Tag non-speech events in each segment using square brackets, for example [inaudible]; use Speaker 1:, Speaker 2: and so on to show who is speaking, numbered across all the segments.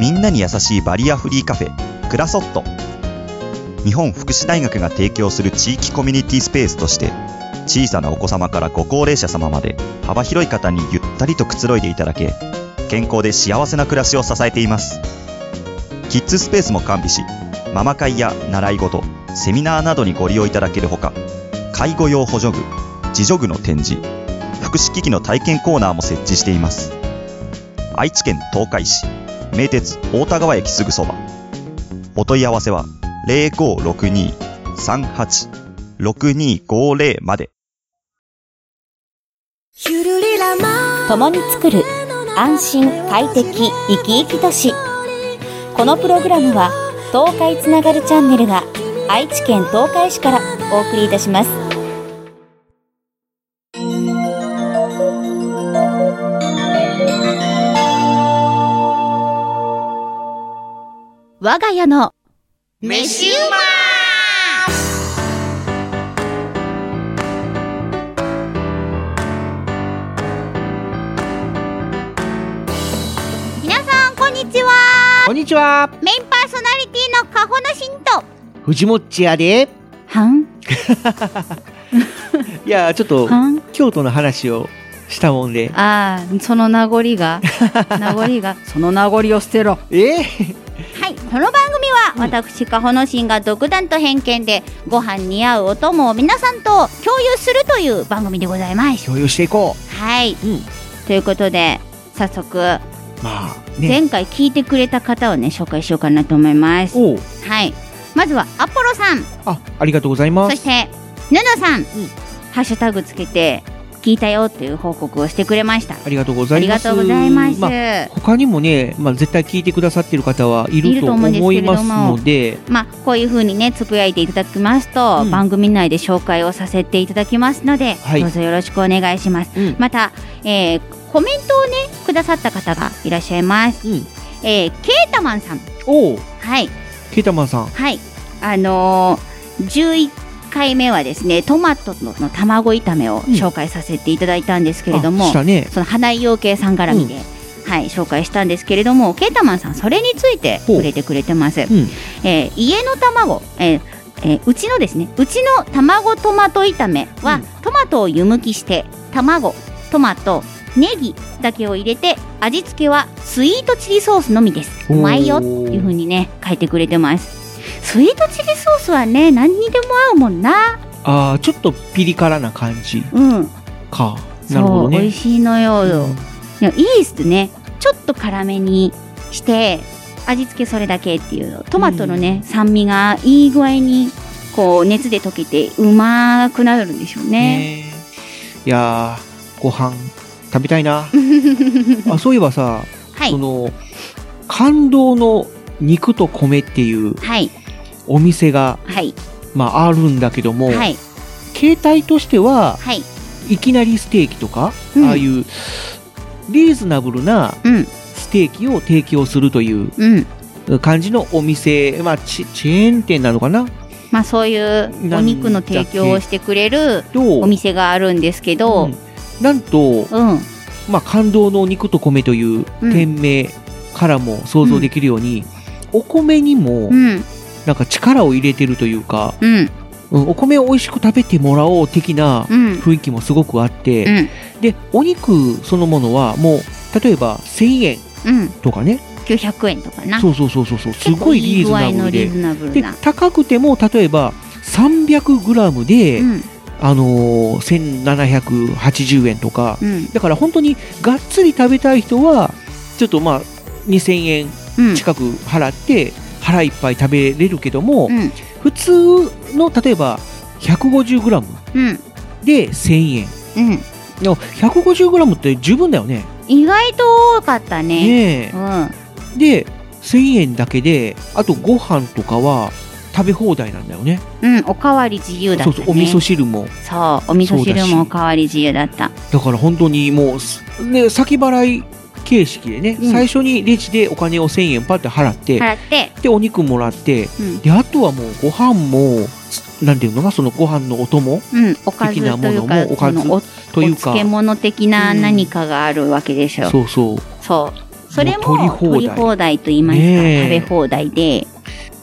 Speaker 1: みんなに優しいバリアフリーカフェクラソット日本福祉大学が提供する地域コミュニティスペースとして小さなお子様からご高齢者様まで幅広い方にゆったりとくつろいでいただけ健康で幸せな暮らしを支えていますキッズスペースも完備しママ会や習い事セミナーなどにご利用いただけるほか介護用補助具自助具の展示福祉機器の体験コーナーも設置しています愛知県東海市名鉄大田川駅すぐそばお問い合わせは0562-38-6250まで
Speaker 2: 共に作る安心快適生き生き都市このプログラムは東海つながるチャンネルが愛知県東海市からお送りいたします我が家の
Speaker 3: 飯うま
Speaker 4: 皆さんこんにちは
Speaker 3: こんにちは
Speaker 4: メインパーソナリティのカホナシンと
Speaker 3: 藤もっちやで
Speaker 2: はん
Speaker 3: いやちょっと
Speaker 2: はん
Speaker 3: 京都の話をしたもんで
Speaker 2: ああその名残が名残がその名残を捨てろ
Speaker 3: えー、
Speaker 4: はいこの番組は
Speaker 3: うん
Speaker 4: 私カホナシンが独断と偏見でご飯に合うお供を皆さんと共有するという番組でございます
Speaker 3: 共有していこ
Speaker 4: はい、
Speaker 3: うん
Speaker 4: ということで早速
Speaker 3: うまあね
Speaker 4: 前回聞いてくれた方をね紹介しようかなと思います
Speaker 3: おう
Speaker 4: はいまずはアポロさん
Speaker 3: あありがとうございま
Speaker 4: そし
Speaker 3: す
Speaker 4: てヌヌさん、ハッシュタグつけて聞いたよっていう報告をしてくれました
Speaker 3: ありがとうござ
Speaker 4: あ
Speaker 3: い
Speaker 4: り
Speaker 3: ま
Speaker 4: が
Speaker 3: す
Speaker 4: とうございます、
Speaker 3: まあ他にもね、まあ、絶対聞いてくださってる方はい
Speaker 4: い
Speaker 3: る
Speaker 4: る
Speaker 3: と
Speaker 4: と思うんです
Speaker 3: 思
Speaker 4: けれ
Speaker 3: い
Speaker 4: ども
Speaker 3: ますので
Speaker 4: まあ、こういうふうにねつぶやいていただきますと、
Speaker 3: うん
Speaker 4: 番組内で紹介をさせていただきますので、
Speaker 3: はい
Speaker 4: どうぞよろしくお願いします、
Speaker 3: うん
Speaker 4: また、えーコメントをねくださった方がいらっしゃいます、
Speaker 3: うん
Speaker 4: えーケータマンさん
Speaker 3: おう
Speaker 4: はい
Speaker 3: ケータマンさん
Speaker 4: はいあのー、11回目はですねトマトのの卵炒めを紹介させていただいたんですけれども、
Speaker 3: あしたね
Speaker 4: その花井養鶏さん絡みで、はい、紹介したんですけれどもケータマンさんそれについて触れてくれてます、
Speaker 3: うん
Speaker 4: えー家の卵、えーえーうちのですねうちの卵トマト炒めは、
Speaker 3: うん
Speaker 4: トマトを湯むきして卵トマトネギだけを入れて味付けはスイートチリソースのみですう
Speaker 3: おー
Speaker 4: まいよっていうふうにね書いてくれてますスイートチリソースはね何にでも合うもんな
Speaker 3: ああちょっとピリ辛な感じ
Speaker 4: うん、
Speaker 3: かなるほ
Speaker 4: そ
Speaker 3: ど
Speaker 4: う
Speaker 3: ね
Speaker 4: 美味しいのよ、
Speaker 3: うん
Speaker 4: いやいいっすねちょっと辛めにして味付けそれだけっていうトマトのね、酸味がいい具合にこう熱で溶けてうまくなるんでしょうね
Speaker 3: ねえいやーご飯食べた
Speaker 4: [laughs]
Speaker 3: いなあそういえばさ、
Speaker 4: はい
Speaker 3: その感動の肉と米っていう
Speaker 4: はい
Speaker 3: お店が、
Speaker 4: はい
Speaker 3: まあ、あるんだけども、
Speaker 4: はい
Speaker 3: 携帯としては
Speaker 4: はい
Speaker 3: いきなりステーキとか、
Speaker 4: うん
Speaker 3: ああいうリーズナブルな
Speaker 4: うん
Speaker 3: ステーキを提供するという
Speaker 4: うん
Speaker 3: 感じのお店、まあ、チチェーン店なのかな
Speaker 4: まあそういうお肉の提供をしてくれる
Speaker 3: と
Speaker 4: お店があるんですけ
Speaker 3: う
Speaker 4: ど
Speaker 3: んなんと、
Speaker 4: うん、
Speaker 3: まあ、感動の肉と米という
Speaker 4: うん
Speaker 3: 店名からも想像できるように、お米にも
Speaker 4: うん
Speaker 3: なんか力を入れてるというか、
Speaker 4: うん
Speaker 3: うんお米を美味しく食べてもらおう的な
Speaker 4: うん
Speaker 3: 雰囲気もすごくあって、
Speaker 4: うん
Speaker 3: でお肉そのものはもう例えば1000円
Speaker 4: うん
Speaker 3: とかね
Speaker 4: 900円とかな
Speaker 3: そうそうそうそうそうす
Speaker 4: 結構
Speaker 3: ごいリーズ
Speaker 4: 具
Speaker 3: ナ
Speaker 4: 合
Speaker 3: ブ
Speaker 4: の
Speaker 3: ル
Speaker 4: リ
Speaker 3: で
Speaker 4: ーズナブル
Speaker 3: で
Speaker 4: な
Speaker 3: 高くても例えば 300g で、
Speaker 4: うん
Speaker 3: あのー1780円とか
Speaker 4: うん
Speaker 3: だから本当にがっつり食べたい人はちょっとまあ2000円
Speaker 4: うん
Speaker 3: 近く払って腹いっぱい食べれるけども、
Speaker 4: うん
Speaker 3: 普通の例えば 150g
Speaker 4: うん
Speaker 3: で1000円
Speaker 4: うん
Speaker 3: でも 150g って十分だよね
Speaker 4: 意外と多かったね。
Speaker 3: ね
Speaker 4: う
Speaker 3: え
Speaker 4: ん、
Speaker 3: で1000円だけであとご飯とかは食べ放題なんだよね
Speaker 4: うん、おかわり自由だった
Speaker 3: そう
Speaker 4: ね。
Speaker 3: そうお味噌汁も
Speaker 4: そうお味噌汁もおかわり自由だった。
Speaker 3: だから本当にもうすね先払い形式でね、
Speaker 4: うん
Speaker 3: 最初にレジでお金を1000円パッて払って、
Speaker 4: 払って、
Speaker 3: でお肉もらって
Speaker 4: うん、
Speaker 3: であとはもうご飯もつなんていうのかそのご飯のお供
Speaker 4: うん、おかず
Speaker 3: 的な
Speaker 4: と
Speaker 3: も
Speaker 4: い
Speaker 3: の
Speaker 4: うか、
Speaker 3: もおかず
Speaker 4: そのお
Speaker 3: というか
Speaker 4: お漬物的な何かがあるわけでしょ。
Speaker 3: そうそう
Speaker 4: そう。それも
Speaker 3: もう取
Speaker 4: 取り
Speaker 3: り放題
Speaker 4: 放題と言いますか、
Speaker 3: ねえ
Speaker 4: 食べ放題
Speaker 3: [laughs]
Speaker 4: で、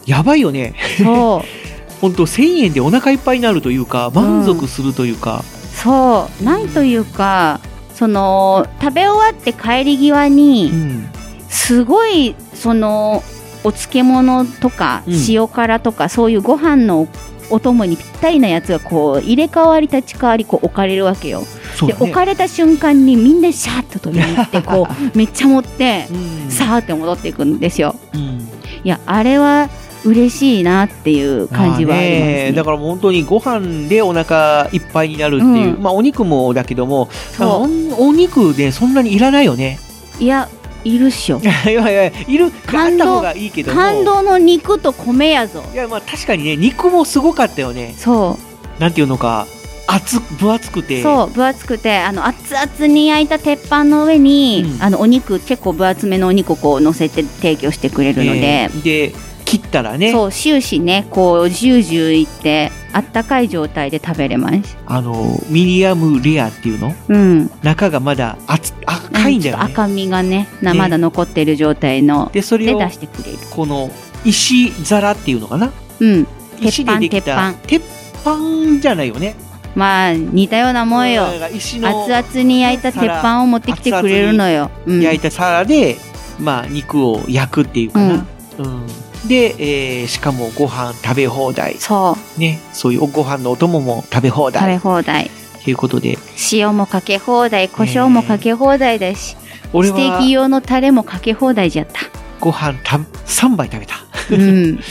Speaker 3: やばいよね。
Speaker 4: そう、
Speaker 3: ほんと1000円でお腹いっぱいになるというか、満足するというか。
Speaker 4: そう、なんというか、その食べ終わって帰り際に、
Speaker 3: うん。
Speaker 4: すごいそのお漬物とか
Speaker 3: うん
Speaker 4: 塩辛とか、そういうご飯のお供にぴったりなやつがこう入れ替わり立ち替わりこう置かれるわけよ、
Speaker 3: そう
Speaker 4: で
Speaker 3: だね。
Speaker 4: 置かれた瞬間にみんなシャーッと取りに行ってこ
Speaker 3: [laughs]
Speaker 4: うめっちゃ持って
Speaker 3: うん
Speaker 4: さーって戻っていくんですよ
Speaker 3: うん
Speaker 4: いやあれは嬉しいなっていう感じはあります
Speaker 3: まあ
Speaker 4: ね
Speaker 3: だからもう本当にご飯でお腹いっぱいになるっていう、
Speaker 4: うん
Speaker 3: まあお肉もだけども、なんか
Speaker 4: そ
Speaker 3: おんお肉でそんなにいらないよね。
Speaker 4: ういや [laughs] いるっしょ
Speaker 3: いやいやいるあっ
Speaker 4: 感動
Speaker 3: た方がいいけども。
Speaker 4: 感動の肉と米やぞ
Speaker 3: いやまあ確かにね肉もすごかったよね。
Speaker 4: そう
Speaker 3: なんていうのか厚く分厚くて。
Speaker 4: そう分厚くてあの熱々に焼いた鉄板の上に、
Speaker 3: うん
Speaker 4: あのお肉結構分厚めのお肉をこう乗せて提供してくれるので
Speaker 3: え、ーで切ったらね
Speaker 4: そう終始ねこうジュージューいってあったかい状態で食べれます
Speaker 3: あのミディアムレアっていうの
Speaker 4: うん
Speaker 3: 中がまだ厚赤いんだ
Speaker 4: ち
Speaker 3: よ
Speaker 4: ょっ
Speaker 3: ね
Speaker 4: と。赤みがねな
Speaker 3: ね
Speaker 4: まだ残ってる状態の
Speaker 3: でそれ
Speaker 4: で
Speaker 3: を
Speaker 4: 出してくれる
Speaker 3: この石皿っていうのかな
Speaker 4: うん
Speaker 3: 石でできた鉄板じゃないよね。
Speaker 4: まあ似たようなもんよ
Speaker 3: だから石の
Speaker 4: 熱々に焼いた鉄板を持ってきてくれるのよ、うん、
Speaker 3: 焼いた皿で、まあ、肉を焼くっていうかな。うんで、えーしかもご飯食べ放題。
Speaker 4: そう
Speaker 3: ね。そういうご飯のお供も食べ放
Speaker 4: 食べ
Speaker 3: 題。
Speaker 4: 放題
Speaker 3: ということで、
Speaker 4: 塩もかけ放題胡椒もかけ放題だし、
Speaker 3: 俺
Speaker 4: ステーキ
Speaker 3: は
Speaker 4: 用のタレもかけ放題じゃ
Speaker 3: [laughs]
Speaker 4: った。
Speaker 3: ご飯た3杯食べた。
Speaker 4: うん、
Speaker 3: で、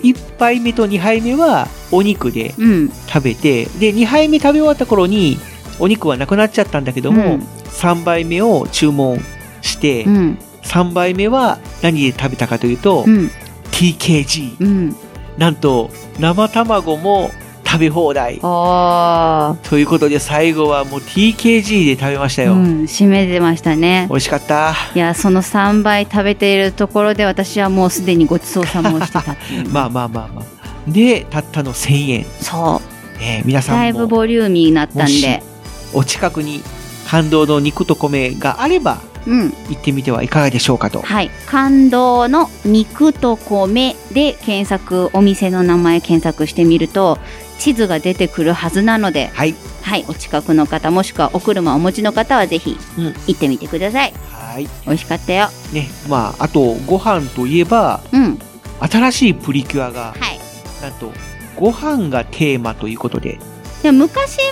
Speaker 3: 1杯目と2杯目はお肉で
Speaker 4: うん、
Speaker 3: 食べて、で、2杯目食べ終わった頃に、お肉はなくなっちゃったんだけども、
Speaker 4: うん
Speaker 3: 3杯目を注文して、
Speaker 4: うん、
Speaker 3: 3杯目は何で食べたかというと、
Speaker 4: うん、
Speaker 3: TKG。
Speaker 4: うん。
Speaker 3: なんと生卵も食べ放題
Speaker 4: ああ、
Speaker 3: ということで最後はもう TKG で食べました
Speaker 4: う
Speaker 3: よ、
Speaker 4: ん、締めてましたね
Speaker 3: 美。味しかった
Speaker 4: いや、その3倍食べているところで私はもうすでにごちそうさまをしてたっていう。
Speaker 3: [laughs] まあまあまあまあでたったの1000円、
Speaker 4: そう。
Speaker 3: ね、皆さ
Speaker 4: だい
Speaker 3: ん
Speaker 4: ぶ
Speaker 3: も
Speaker 4: ボリューミーになったん
Speaker 3: もし
Speaker 4: で。
Speaker 3: お近くに感動の肉と米があれば
Speaker 4: うん。
Speaker 3: 行ってみてはいかがでしょうかと
Speaker 4: はい。感動の肉と米で検索、お店の名前検索してみると、地図が出てくるはずなので、
Speaker 3: はい
Speaker 4: はい、お近くの方もしくはお車をお持ちの方はぜひ
Speaker 3: うん
Speaker 4: 行ってみてください。
Speaker 3: はい
Speaker 4: 美味しかったよ。
Speaker 3: ねまああとご飯といえば
Speaker 4: うん。
Speaker 3: 新しいプリキュアが
Speaker 4: はい。
Speaker 3: なんとご飯がテーマということで
Speaker 4: でも昔も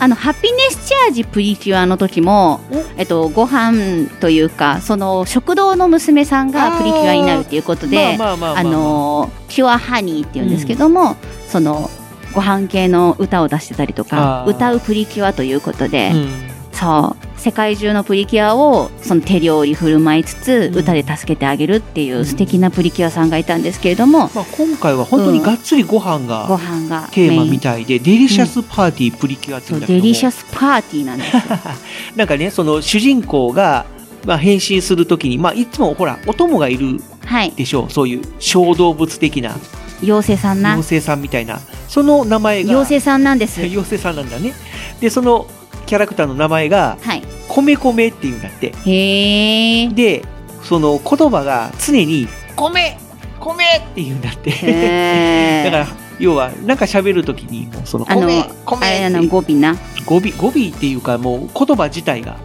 Speaker 4: あのハピネスチャージプリキュアの時も
Speaker 3: お、
Speaker 4: えっと、ご飯というかその食堂の娘さん
Speaker 3: あー
Speaker 4: がプリキュアになるということで
Speaker 3: まあまあまあまあ、
Speaker 4: あのキュアハニーっていうんですけども、そのご飯系の歌を出してたりとか
Speaker 3: あー
Speaker 4: 歌うプリキュアということで、
Speaker 3: うん
Speaker 4: そう世界中のプリキュアをその手料理振る舞いつつ、
Speaker 3: うん
Speaker 4: 歌で助けてあげるっていううん素敵なプリキュアさんがいたんですけれども、
Speaker 3: まあ、今回は本当にがっつりご飯が、
Speaker 4: ご飯が
Speaker 3: テーマ
Speaker 4: メイン
Speaker 3: みたいで、デリシャスパーティープリキュアってい
Speaker 4: そううん
Speaker 3: だけど
Speaker 4: デ
Speaker 3: も、
Speaker 4: リシャスパーティーなんですよ
Speaker 3: [laughs] なんかね、その主人公が、まあ、変身するときに、まあ、いつもほら、お供がいる
Speaker 4: はい
Speaker 3: でしょう。そういう小動物的な
Speaker 4: 妖精さんな
Speaker 3: 妖精さんみたいな。その名前が、
Speaker 4: 妖精さんなんです
Speaker 3: 妖精さんなんだね。で、そのキャラクターの名前が、
Speaker 4: はい
Speaker 3: コメコメっていうんだって。
Speaker 4: へえ
Speaker 3: で、その言葉が常に、コメコメっていうんだって。 [laughs] だから、要は、なんか喋るときに、もうその、
Speaker 4: あの
Speaker 3: 米、米っ
Speaker 4: あ
Speaker 3: て
Speaker 4: れあの語尾
Speaker 3: [laughs]
Speaker 4: な
Speaker 3: 語尾、語尾っていうかもう言葉自体が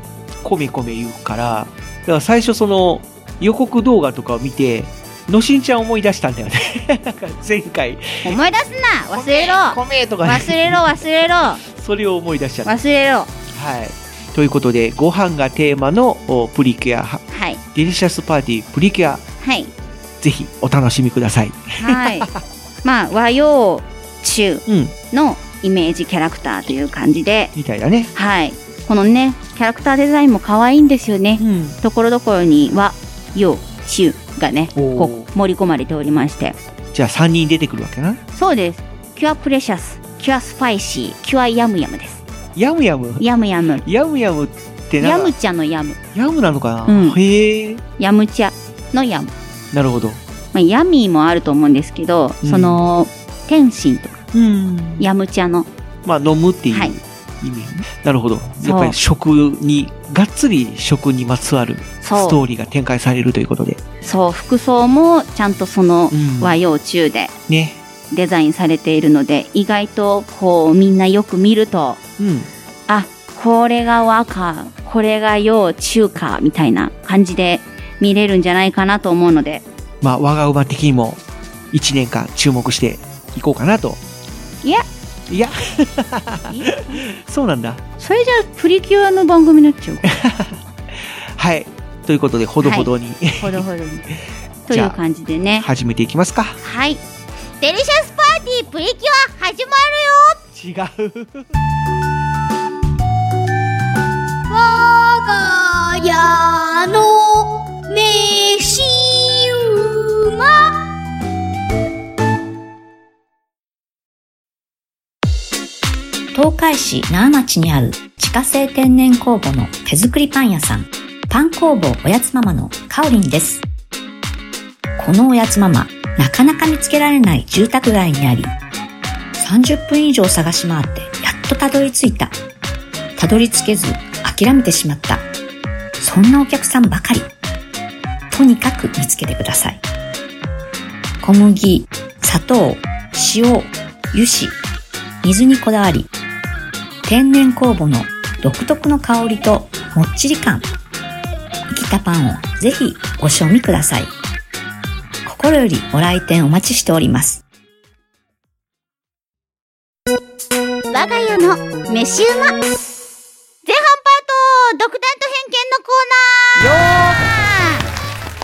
Speaker 3: コメコメ言うから、だから最初その予告動画とかを見て、のしんちゃんを思い出したんだよね。 [laughs] なんか前回、
Speaker 4: 思い出すな忘れろ
Speaker 3: コメとか、ね、
Speaker 4: 忘れろ忘れろ
Speaker 3: それを思い出しちゃった。
Speaker 4: 忘れろ
Speaker 3: はい。ということで、ご飯がテーマのおプリキュア、
Speaker 4: はい
Speaker 3: デリシャスパーティープリキュア、
Speaker 4: はい
Speaker 3: ぜひお楽しみください。 [laughs]
Speaker 4: はいまあ和洋中
Speaker 3: うん、
Speaker 4: のイメージキャラクターという感じで
Speaker 3: みたいだね。
Speaker 4: はいこのねキャラクターデザインも可愛いんですよね
Speaker 3: うん。
Speaker 4: ところどころに和洋中がね
Speaker 3: おー
Speaker 4: こう盛り込まれておりまして
Speaker 3: じゃあ3人出てくるわけな。
Speaker 4: そうですキュアプレシャスキュアスパイシーキュアヤムヤムです
Speaker 3: ヤムヤム。
Speaker 4: ヤムヤム
Speaker 3: ヤムヤムってな
Speaker 4: ヤムちゃんのヤム
Speaker 3: ヤムなのかな、
Speaker 4: うん
Speaker 3: へえ。
Speaker 4: ヤムチャのヤム、
Speaker 3: なるほど。
Speaker 4: まあ、ヤミーもあると思うんですけど、
Speaker 3: うん
Speaker 4: その天心とか
Speaker 3: うん。
Speaker 4: ヤムチャの
Speaker 3: まあ、飲むっていう、
Speaker 4: はい
Speaker 3: 意味なるほど
Speaker 4: そう
Speaker 3: やっぱり食にがっつり食にまつわる
Speaker 4: そう
Speaker 3: ストーリーが展開されるということで、
Speaker 4: そう服装もちゃんとその
Speaker 3: うん
Speaker 4: 和洋中で
Speaker 3: ね
Speaker 4: デザインされているので意外とこうみんなよく見ると
Speaker 3: うん
Speaker 4: あこれが和かこれが洋中かみたいな感じで見れるんじゃないかなと思うので
Speaker 3: まあ我が馬的にも1年間注目していこうかなと
Speaker 4: いや
Speaker 3: いや [laughs] そうなんだ
Speaker 4: それじゃあプリキュアの番組になっちゃう
Speaker 3: はいということでほどほどに、
Speaker 4: ほどほどにと
Speaker 3: じ
Speaker 4: い
Speaker 3: ゃあ
Speaker 4: う感じでね
Speaker 3: 始めていきますか
Speaker 4: はいデリシャスパーティープリキュア始ま
Speaker 3: 違う
Speaker 5: 我が家の飯馬
Speaker 6: 東海市那覇町にある自家製天然酵母の手作りパン屋さん、パン工房おやつママのかおりんです。このおやつママ、なかなか見つけられない住宅街にあり、30分以上探し回ってやっとたどり着いた。たどり着けず諦めてしまった。そんなお客さんばかり。とにかく見つけてください。小麦、砂糖、塩、油脂、水にこだわり、天然酵母の独特の香りともっちり感。生きたパンをぜひご賞味ください。心よりご来店お待ちしております。
Speaker 5: 我が家の飯馬前半パート独断と偏見のコ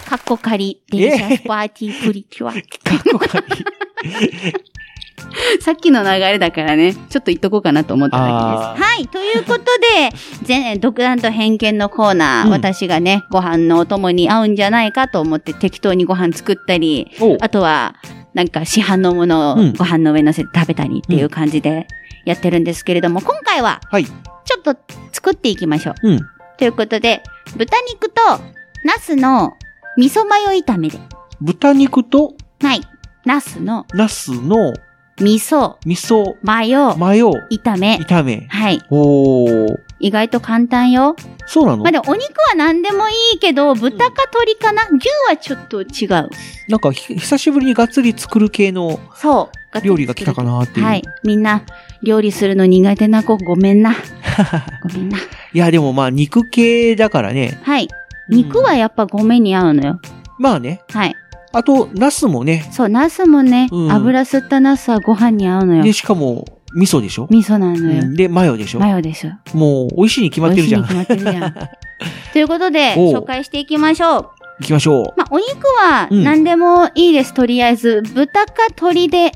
Speaker 4: るかっこ仮デリシャスパーティープリキュア
Speaker 3: かっこかいい
Speaker 4: さっきの流れだからねちょっと言っとこうかなと思っただけですはいということで全独断と偏見のコーナー、
Speaker 3: うん
Speaker 4: 私がねご飯のお供に合うんじゃないかと思って適当にご飯作ったり
Speaker 3: おう
Speaker 4: あとは、なんか市販のものを
Speaker 3: うん
Speaker 4: ご飯の上に乗せて食べたりっていう感じでやってるんですけれども、今回は、
Speaker 3: はい
Speaker 4: ちょっと作っていきましょう。
Speaker 3: うん
Speaker 4: ということで、豚肉とナスの味噌マヨ炒めで、
Speaker 3: 豚肉と
Speaker 4: はい、ナスの
Speaker 3: ナスの
Speaker 4: 味噌
Speaker 3: 味噌
Speaker 4: マヨ
Speaker 3: マヨ
Speaker 4: 炒め。
Speaker 3: 炒め
Speaker 4: はい。
Speaker 3: おお
Speaker 4: 意外と簡単よ。
Speaker 3: そうなの
Speaker 4: まあ、でもお肉は何でもいいけど、豚か鶏かな牛はちょっと違う。
Speaker 3: なんかひ久しぶりにがっつり作る系の
Speaker 4: そう。
Speaker 3: 料理が来たかなっていう、
Speaker 4: はい。みんな、料理するの苦手な子、ごめ
Speaker 3: [laughs]
Speaker 4: んな。ごめんな。
Speaker 3: いやでもまあ肉系だからね
Speaker 4: はい。肉はやっぱ米に合うのよ。
Speaker 3: まあね
Speaker 4: はい。
Speaker 3: あとナスもね
Speaker 4: そう、ナスもね、
Speaker 3: うん
Speaker 4: 油吸ったナスはご飯に合うの
Speaker 3: で
Speaker 4: よ。
Speaker 3: しかも味噌でしょ、
Speaker 4: 味噌なの
Speaker 3: う
Speaker 4: よ。
Speaker 3: んでマヨでしょ
Speaker 4: マヨでしょ。
Speaker 3: もう美味しいに決まってるじゃん
Speaker 4: 美味しいに決まってるじゃ
Speaker 3: [laughs]
Speaker 4: ん。ということで、
Speaker 3: おう
Speaker 4: 紹介していきましょう。
Speaker 3: 行きましょう
Speaker 4: まあ、お肉は
Speaker 3: うん
Speaker 4: 何でもいいです、とりあえず。豚か鶏で。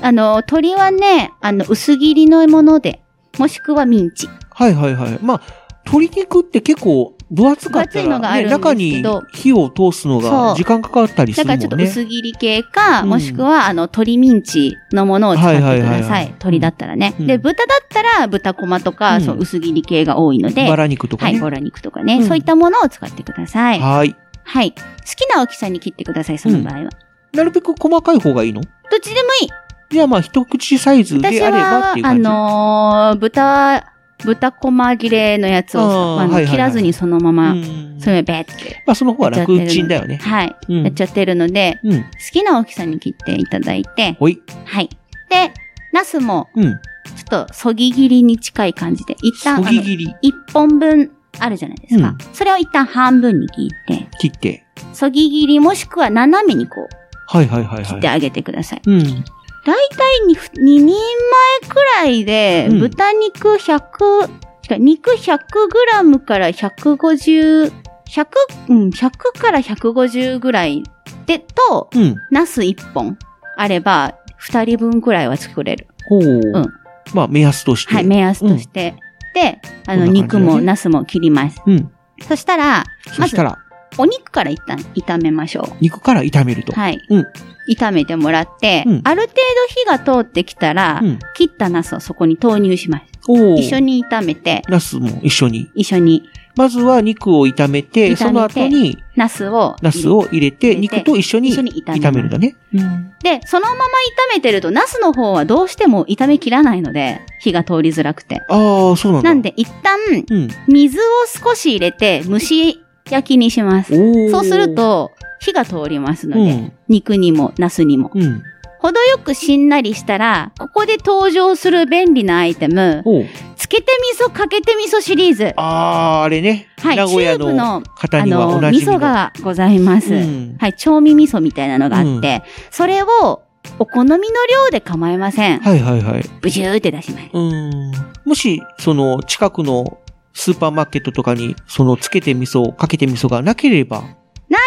Speaker 4: あの、鶏はね、あの、薄切りのもので。もしくはミンチ。
Speaker 3: はいはいはいまあ鶏肉って結構分厚かった
Speaker 4: 分厚いのが
Speaker 3: ら、
Speaker 4: あ
Speaker 3: ね、
Speaker 4: るんですけ
Speaker 3: 中
Speaker 4: ど
Speaker 3: に火を通すの
Speaker 4: そ
Speaker 3: が
Speaker 4: う
Speaker 3: 時間かかったりす
Speaker 4: だ
Speaker 3: る
Speaker 4: か
Speaker 3: もん
Speaker 4: らちょ
Speaker 3: ね
Speaker 4: っと薄切り系か、
Speaker 3: うん
Speaker 4: もしくは、あの、鶏ミンチのものを使ってください。
Speaker 3: はいはいはいはい
Speaker 4: 鶏だったらね。
Speaker 3: うん
Speaker 4: で、豚だったら、豚こまとか、
Speaker 3: うん
Speaker 4: そう、薄切り系が多いので、
Speaker 3: バラ肉とか
Speaker 4: は
Speaker 3: ね
Speaker 4: い、バラ肉とかね、
Speaker 3: うん
Speaker 4: そういったものを使ってください。
Speaker 3: はい
Speaker 4: はい。好きな大きさに切ってください、その場合は。
Speaker 3: なるべく細かい方がいいの
Speaker 4: どっちでもいい。
Speaker 3: じゃあまあ一口サイズで
Speaker 4: 私
Speaker 3: あれば
Speaker 4: は
Speaker 3: ってい、う
Speaker 4: あ
Speaker 3: 感じ。
Speaker 4: のー豚、豚こま切れのやつをさ
Speaker 3: あー
Speaker 4: あの
Speaker 3: はいはいはい
Speaker 4: 切らずにそのまま、
Speaker 3: うん
Speaker 4: それべって。
Speaker 3: まあその方が楽ちんだよね。
Speaker 4: はい。
Speaker 3: うん
Speaker 4: やっちゃってるので、
Speaker 3: うん。
Speaker 4: 好きな大きさに切っていただいて、
Speaker 3: ほい。
Speaker 4: はい。で、ナスも、
Speaker 3: うん。
Speaker 4: ちょっと、そぎ切りに近い感じで、一旦、
Speaker 3: そぎ切り
Speaker 4: あの一本分あるじゃないですか。それを一旦半分に切って、
Speaker 3: 切って。
Speaker 4: そぎ切りもしくは斜めにこう、
Speaker 3: はいはいはい
Speaker 4: 切って
Speaker 3: はい。
Speaker 4: あげてください。
Speaker 3: うん。
Speaker 4: 大体に、2人前くらいで、
Speaker 3: うん
Speaker 4: 豚肉100、違う肉100グラムから150、100、うん、100から150ぐらいで、と、
Speaker 3: うん。
Speaker 4: ナス1本あれば、2人分くらいは作れる。
Speaker 3: ほう。
Speaker 4: ん
Speaker 3: まあ目安として。
Speaker 4: はい、目安として。で、あの、
Speaker 3: こんな感じだね
Speaker 4: 肉も、ナスも切ります。
Speaker 3: うん。
Speaker 4: そしたら、
Speaker 3: そしたら、
Speaker 4: お肉から一旦炒めましょ
Speaker 3: 肉から炒めると。
Speaker 4: う。はい。
Speaker 3: うん
Speaker 4: 炒めてもらって、
Speaker 3: うん
Speaker 4: ある程度火が通ってきたら、
Speaker 3: うん。
Speaker 4: 切ったナスをそこに投入します。
Speaker 3: おお。
Speaker 4: 一緒に炒めて、
Speaker 3: ナスも一緒に。
Speaker 4: 一緒に
Speaker 3: まずは肉を炒め
Speaker 4: 炒
Speaker 3: て、
Speaker 4: めて
Speaker 3: その後に
Speaker 4: ナスを入れ
Speaker 3: ナスを入れて、
Speaker 4: 入れて
Speaker 3: 肉と一緒に
Speaker 4: 一緒に炒める
Speaker 3: 炒めるんだね。
Speaker 4: で、そのまま炒めてると、ナスの方はどうしても炒めきらないので、火が通りづらくて。
Speaker 3: ああ、そうなんだ。
Speaker 4: なんで、一旦、
Speaker 3: うん。
Speaker 4: 水を少し入れて、蒸し焼きにします。
Speaker 3: おお。
Speaker 4: そうする、と、火が通りますの
Speaker 3: う
Speaker 4: で、
Speaker 3: ん。
Speaker 4: 肉にも、ナスにも。
Speaker 3: うん。
Speaker 4: 程よくしんなりしたら、ここで登場する便利なアイテム、
Speaker 3: おう
Speaker 4: つけて味噌かけて味噌シリーズ。
Speaker 3: ああ、あれね。
Speaker 4: はい
Speaker 3: 名古屋
Speaker 4: チューブ
Speaker 3: の
Speaker 4: の
Speaker 3: 方
Speaker 4: あ
Speaker 3: にはお
Speaker 4: の、
Speaker 3: な
Speaker 4: 味
Speaker 3: じみの。
Speaker 4: 噌がございます。
Speaker 3: うん。
Speaker 4: はい、調味味噌みたいなのがあって、それを、お好みの量で構いません。
Speaker 3: はいはいはい。
Speaker 4: ブジューって出します。
Speaker 3: うん。もし、その、近くのスーパーマーケットとかに、その、つけて味噌、かけて味噌がなければ、
Speaker 4: な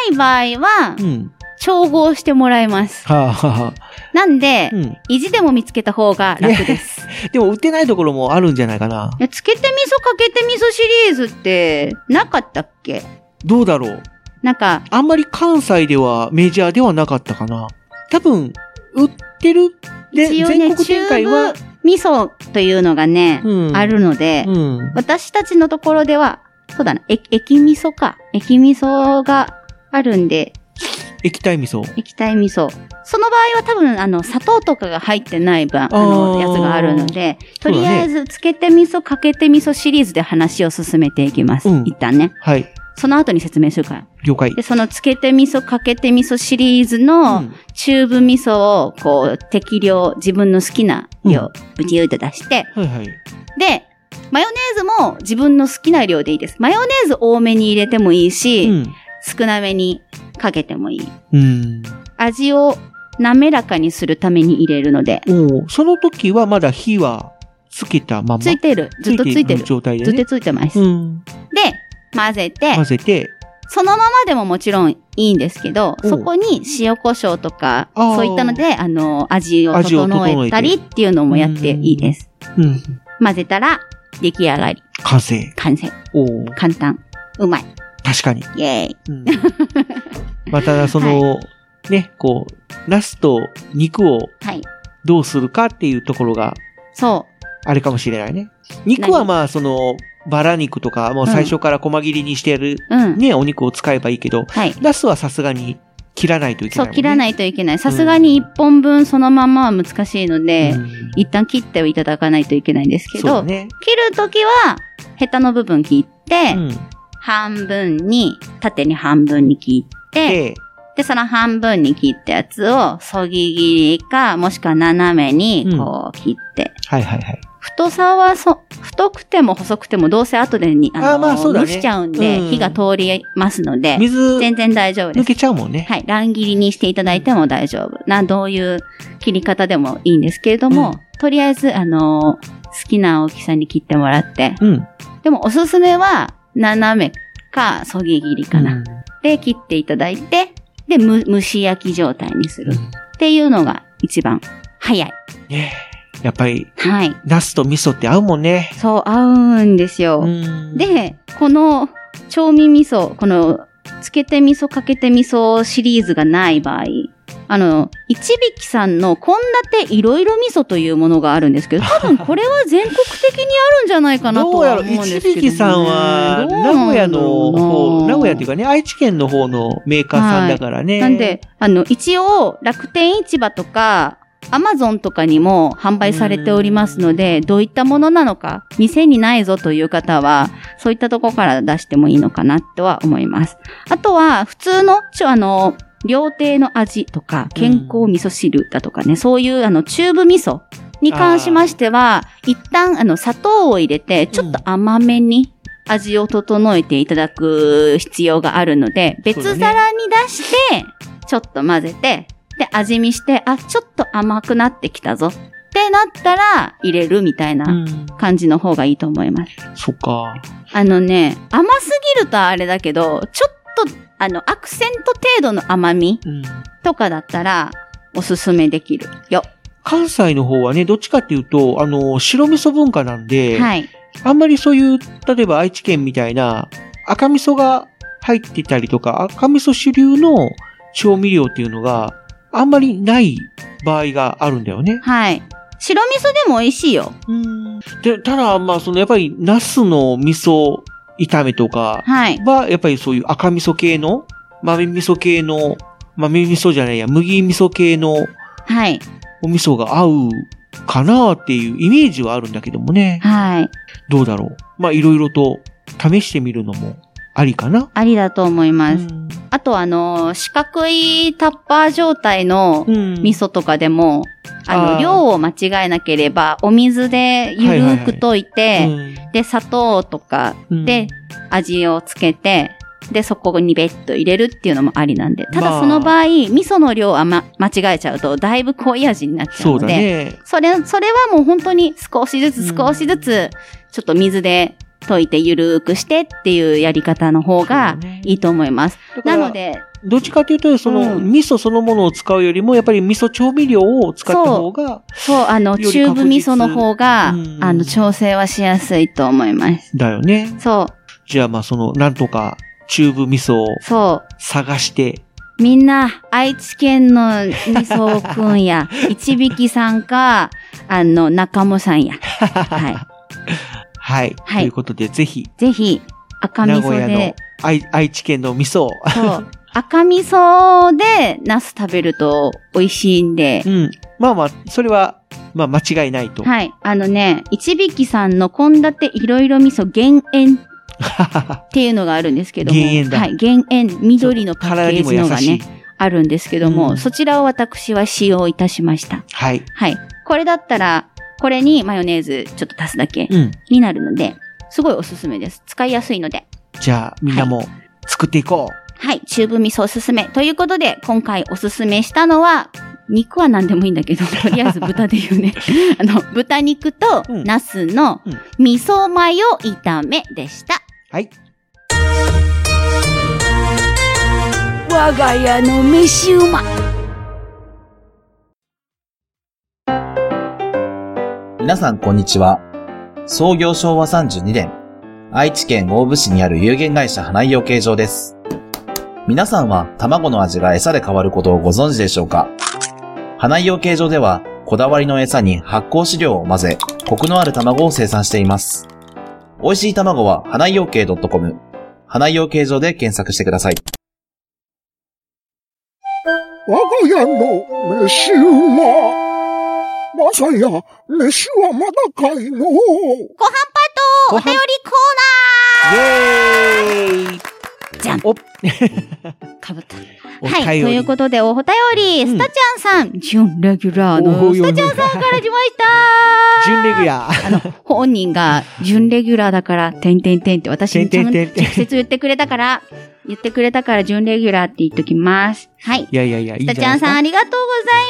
Speaker 4: い場合は
Speaker 3: う、ん。
Speaker 4: 調合してもらいます。
Speaker 3: はあ、はあは
Speaker 4: なん
Speaker 3: あ、
Speaker 4: で
Speaker 3: う、ん。
Speaker 4: 意地でも見つけた方が楽です。
Speaker 3: でも、売ってないところもあるんじゃないかな。
Speaker 4: いやつけて味噌かけて味噌シリーズって、なかったっけ
Speaker 3: どうだろう。
Speaker 4: なんか、
Speaker 3: あんまり関西ではメジャーではなかったかな。多分、売ってる。で、
Speaker 4: 一応
Speaker 3: 全
Speaker 4: ね、
Speaker 3: 国展開は、
Speaker 4: チューブ味噌というのがね、
Speaker 3: うん
Speaker 4: あるので、
Speaker 3: うん。
Speaker 4: 私たちのところでは、そうだな、え液味噌か。液味噌があるんで、
Speaker 3: 液体味噌。
Speaker 4: 液体味噌。その場合は多分、あの、砂糖とかが入ってない分、あの、やつがあるので、
Speaker 3: そ
Speaker 4: と
Speaker 3: うだね
Speaker 4: りあえず、つけて味噌、かけて味噌シリーズで話を進めていきます。
Speaker 3: うん
Speaker 4: 一旦ね。
Speaker 3: はい。
Speaker 4: その後に説明するから。
Speaker 3: 了解。
Speaker 4: で、そのつけて味噌、かけて味噌シリーズ
Speaker 3: う
Speaker 4: の、
Speaker 3: ん。
Speaker 4: チューブ味噌を、こう、適量、自分の好きな量、ブチューって出して、
Speaker 3: はいはい。
Speaker 4: で、マヨネーズも自分の好きな量でいいです。マヨネーズ多めに入れてもいいし、
Speaker 3: うん。
Speaker 4: 少なめにかけてもいい。
Speaker 3: うん。
Speaker 4: 味を滑らかにするために入れるので、
Speaker 3: おうその時はまだ火はつけたまま。
Speaker 4: ついてる。ずっとついてる。
Speaker 3: 状態で、
Speaker 4: ずっ
Speaker 3: ね
Speaker 4: と。ついてます。で、
Speaker 3: うん。
Speaker 4: 混ぜて
Speaker 3: 混、ぜて。
Speaker 4: そのままでももちろんいいんですけど、
Speaker 3: おう
Speaker 4: そこに塩コショウとか、
Speaker 3: あー
Speaker 4: そういったので、あの、味を
Speaker 3: 味を整
Speaker 4: 整
Speaker 3: え
Speaker 4: え
Speaker 3: た
Speaker 4: た
Speaker 3: り
Speaker 4: りっていうのもやっていいです。
Speaker 3: うん。
Speaker 4: 混ぜたら、出来上がり。
Speaker 3: 完成。
Speaker 4: 完成。
Speaker 3: おう
Speaker 4: 簡単。うまい。
Speaker 3: 確かに。
Speaker 4: イェーイ。 [laughs]
Speaker 3: うん、また、その、ね、こう、ナスと肉を
Speaker 4: はい。
Speaker 3: どうするかっていうところが
Speaker 4: そ
Speaker 3: あれかもしれないね。肉はまあ、その、バラ肉とか、もう最初から細切りにしてやる、
Speaker 4: う。うん。
Speaker 3: ね、お肉を使えばいいけど、
Speaker 4: はい。
Speaker 3: ナスはさすがに切らないといけ
Speaker 4: そ、
Speaker 3: ないうもんね、。
Speaker 4: 切らないいといけない。さすがに一本分そのままは難しいので、一旦切ってはいただかないといけないんですけ
Speaker 3: そうだ
Speaker 4: ど、
Speaker 3: ね。
Speaker 4: 切るときは、ヘタの部分切って、
Speaker 3: うん。
Speaker 4: 半分に、縦に半分に切って、
Speaker 3: で、
Speaker 4: で、その半分に切ったやつを、そぎ切りか、もしくは斜めに
Speaker 3: うん、
Speaker 4: こう切って、
Speaker 3: はいはいはい。
Speaker 4: 太さはそ、太くても細くても、どうせ後でに、
Speaker 3: あーまあそうだね
Speaker 4: 蒸しちゃうんで、
Speaker 3: うん
Speaker 4: 火が通りますので、
Speaker 3: 水
Speaker 4: 全然大丈夫で
Speaker 3: 抜
Speaker 4: す。
Speaker 3: けちゃうもんね。
Speaker 4: はい、乱切りにしていただいても大丈夫。な、どういう切り方でもいいんですけれども、
Speaker 3: うん
Speaker 4: とりあえず、あのー好きな大きさに切ってもらって、
Speaker 3: うん。
Speaker 4: でもおすすめは、斜めか、そぎ切りかな。
Speaker 3: うん
Speaker 4: で、切っていただいて、で、む蒸し焼き状態にする。っていうのが一番早い。
Speaker 3: ねやっぱり、
Speaker 4: はい。
Speaker 3: ナスと味噌って合うもんね。
Speaker 4: そう、合うんですよ。
Speaker 3: うん、
Speaker 4: で、この調味味噌、この、つけて味噌かけて味噌シリーズがない場合、あの、一匹さんの献立いろいろ味噌というものがあるん
Speaker 3: [laughs]
Speaker 4: ですけど、多分これは全国的にあるんじゃないかなと
Speaker 3: どう
Speaker 4: は
Speaker 3: や
Speaker 4: 思
Speaker 3: ろ
Speaker 4: うん
Speaker 3: う、
Speaker 4: です
Speaker 3: 一
Speaker 4: けど、ね。
Speaker 3: 力さん
Speaker 4: どう
Speaker 3: は、名
Speaker 4: なん
Speaker 3: 古
Speaker 4: だ
Speaker 3: 屋
Speaker 4: ろ
Speaker 3: の
Speaker 4: うな
Speaker 3: 方、名古屋っていうかね、愛知県の方のメーカーさんだからね。
Speaker 4: なんで、あの、一応、楽天市場とか、アマゾンとかにも販売されておりますので、どういったものなのか、店にないぞという方は、そういったとこから出してもいいのかなとは思います。あとは、普通の、ちょ、あの、料亭の味とか、健康味噌汁だとかね、そういう、あの、チューブ味噌に関しましては、一旦、あの、砂糖を入れて、ちょっと甘めに味を整えていただく必要があるので、
Speaker 3: そうだね。
Speaker 4: 別皿に出して、ちょっと混ぜて、で、味見して、あ、ちょっと甘くなってきたぞ。ってなったら、入れるみたいうなん感じの方がいいと思います。
Speaker 3: そっか。
Speaker 4: あのね、甘すぎるとあれだけど、ちょっと、あの、アクセント程度の甘み
Speaker 3: うん。
Speaker 4: とかだったら、おすすめできるよ。
Speaker 3: 関西の方はね、どっちかっていうと、あの、白味噌文化なんで、
Speaker 4: はい。
Speaker 3: あんまりそういう、例えば愛知県みたいな、赤味噌が入ってたりとか、赤味噌主流の調味料っていうのがあんまりない場合があるんだよね。
Speaker 4: はい。白味噌でも美味しいよ。
Speaker 3: で、ただ、まあ、その、やっぱり、ナスの味噌炒めとか
Speaker 4: はい。
Speaker 3: は、やっぱりそういう赤味噌系の、豆味噌系の、豆味噌じゃないや、麦味噌系の
Speaker 4: はい。
Speaker 3: お味噌が合うかなっていうイメージはあるんだけどもね。
Speaker 4: はい。
Speaker 3: どうだろう。まあ、いろいろと試してみるのもありかな。
Speaker 4: ありだと思います。
Speaker 3: うん
Speaker 4: あとあの、四角いタッパー状態の
Speaker 3: うん
Speaker 4: 味噌とかでも、あの、
Speaker 3: あー
Speaker 4: 量を間違えなければ、お水でゆるーく溶いて、
Speaker 3: うん
Speaker 4: で、砂糖とか
Speaker 3: うん
Speaker 4: で味をつけて、で、そこにベッと入れるっていうのもありなんで。た
Speaker 3: ま
Speaker 4: だ
Speaker 3: あ
Speaker 4: その場合、味噌の量は、ま、間違えちゃうと、だいぶ濃い味になっちゃう
Speaker 3: そう
Speaker 4: の
Speaker 3: だ
Speaker 4: で、
Speaker 3: ね。
Speaker 4: それ、それはもう本当に少しずつ
Speaker 3: うん
Speaker 4: 少しずつ、ちょっと水で溶いてゆるーくしてっていうやり方の方
Speaker 3: そ
Speaker 4: が
Speaker 3: うだね
Speaker 4: いいと思います。
Speaker 3: だか
Speaker 4: な
Speaker 3: ら
Speaker 4: の、で、
Speaker 3: どっちかというと、その、
Speaker 4: うん
Speaker 3: 味噌そのものを使うよりも、やっぱり味噌調味料を使った方が、
Speaker 4: そう、あの、
Speaker 3: より確実
Speaker 4: チューブ味噌の方が、
Speaker 3: うん
Speaker 4: あの、調整はしやすいと思います。
Speaker 3: だよね。
Speaker 4: そ
Speaker 3: じゃあ、まあ、その、なんとか、チューブ味噌を
Speaker 4: う、そ
Speaker 3: 探して、
Speaker 4: う。みんな、愛知県の味噌くん
Speaker 3: [laughs]
Speaker 4: や、一匹さんか、あの、中もさんや。は
Speaker 3: [laughs] はい。
Speaker 4: はい
Speaker 3: ということで、ぜひ、
Speaker 4: い。ぜひ、赤味
Speaker 3: 名古
Speaker 4: 噌
Speaker 3: 屋の
Speaker 4: で、
Speaker 3: 愛愛知県の味噌を、
Speaker 4: そう。赤味噌で、ナス食べると美味しいんで
Speaker 3: う、ん。まあまあ、それは、まあ、間違いないと。
Speaker 4: はい。あのね、一匹さんの献立いろいろ味噌減塩っていうのがあるんですけども。
Speaker 3: 減塩だ
Speaker 4: はい。減塩、緑のパッ
Speaker 3: [laughs]
Speaker 4: ケー
Speaker 3: 体にも
Speaker 4: ジ
Speaker 3: 優
Speaker 4: のが
Speaker 3: し
Speaker 4: ね
Speaker 3: い。。
Speaker 4: あるんですけども、
Speaker 3: うん
Speaker 4: そちらを私は使用いたしました。
Speaker 3: はい。
Speaker 4: はい。これだったら、これにマヨネーズちょっと足すだけ
Speaker 3: うん。
Speaker 4: になるので、すごいおすすめです。使いやすいので。
Speaker 3: じゃあ、みんなも、作っていこう。
Speaker 4: はい。チューブ味噌おすすめ。ということで、今回おすすめしたのは、肉は何でもいいんだけど、 [laughs] とりあえず豚で
Speaker 3: [laughs]
Speaker 4: 言うね。あの、豚肉と
Speaker 3: うん
Speaker 4: ナスの
Speaker 3: うん
Speaker 4: 味噌マヨ炒めでした。
Speaker 3: はい。
Speaker 5: 我が家の飯うま
Speaker 7: 皆さん、こんにちは。創業昭和32年、愛知県大府市にある有限会社花井養鶏場です。皆さんは卵の味が餌で変わることをご存知でしょうか花井養鶏場では、こだわりの餌に発酵飼料を混ぜ、コクのある卵を生産しています。美味しい卵は花井養鶏 .com、花井養鶏場で検索してください。
Speaker 8: 我が家の飯は、まさや、飯はまだかいのう。
Speaker 2: ご飯パートお便りコー
Speaker 3: イエーイ
Speaker 4: じゃん
Speaker 3: お、
Speaker 4: かぶった。
Speaker 3: お
Speaker 4: はい。という
Speaker 3: と
Speaker 4: ことで、お便り、
Speaker 3: うん
Speaker 4: スタちゃんさん、準レギュラーのスタちゃんさんから来ました
Speaker 3: 準レギュラー。
Speaker 4: 本人が準レギュラーだから、てんてんてんって私にちゃん
Speaker 3: てんてんてんてん
Speaker 4: 直接言ってくれたから、言ってくれたから準レギュラーって言っときます。はい。
Speaker 3: いやいやいや、いい
Speaker 4: ス
Speaker 3: じ
Speaker 4: タ
Speaker 3: ゃな
Speaker 4: ち
Speaker 3: い
Speaker 4: ゃん
Speaker 3: ですか
Speaker 4: さんありがとうござい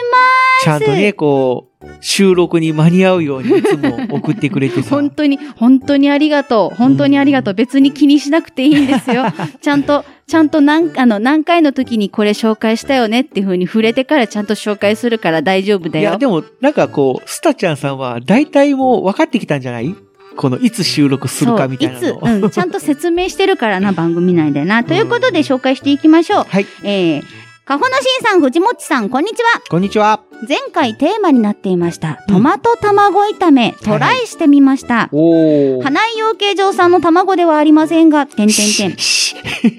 Speaker 3: ちゃんとね、こう、収録に間に合うようにいつも送ってくれて
Speaker 4: ます。
Speaker 3: さ。
Speaker 4: 本当に、本当にありがとう。本当にありがとう。別に気にしなくていいん
Speaker 3: [laughs]
Speaker 4: ですよ。ちゃんと、ちゃんと何、あの、何回の時にこれ紹介したよねっていう風に触れてからちゃんと紹介するから大丈夫だ
Speaker 3: い
Speaker 4: よ
Speaker 3: や、。でも、なんかこう、スタちゃんさんは、大体もう分かってきたんじゃないこの、いつ収録するかみたいなのを。
Speaker 4: そういつ、うん、ちゃんと説明してる
Speaker 3: [laughs]
Speaker 4: からな、番組内でな。ということで紹介していきましょう。
Speaker 3: はい、
Speaker 4: えー、かほのしんさん、藤もっちさん、こんにちは。
Speaker 3: こんにちは。
Speaker 4: 前回テーマになっていました、
Speaker 3: うん
Speaker 4: トマト卵炒め、トライしてみました。
Speaker 3: おー。
Speaker 4: 花井養鶏場さんの卵ではありませんが、てんてん
Speaker 3: [laughs]
Speaker 4: てん。い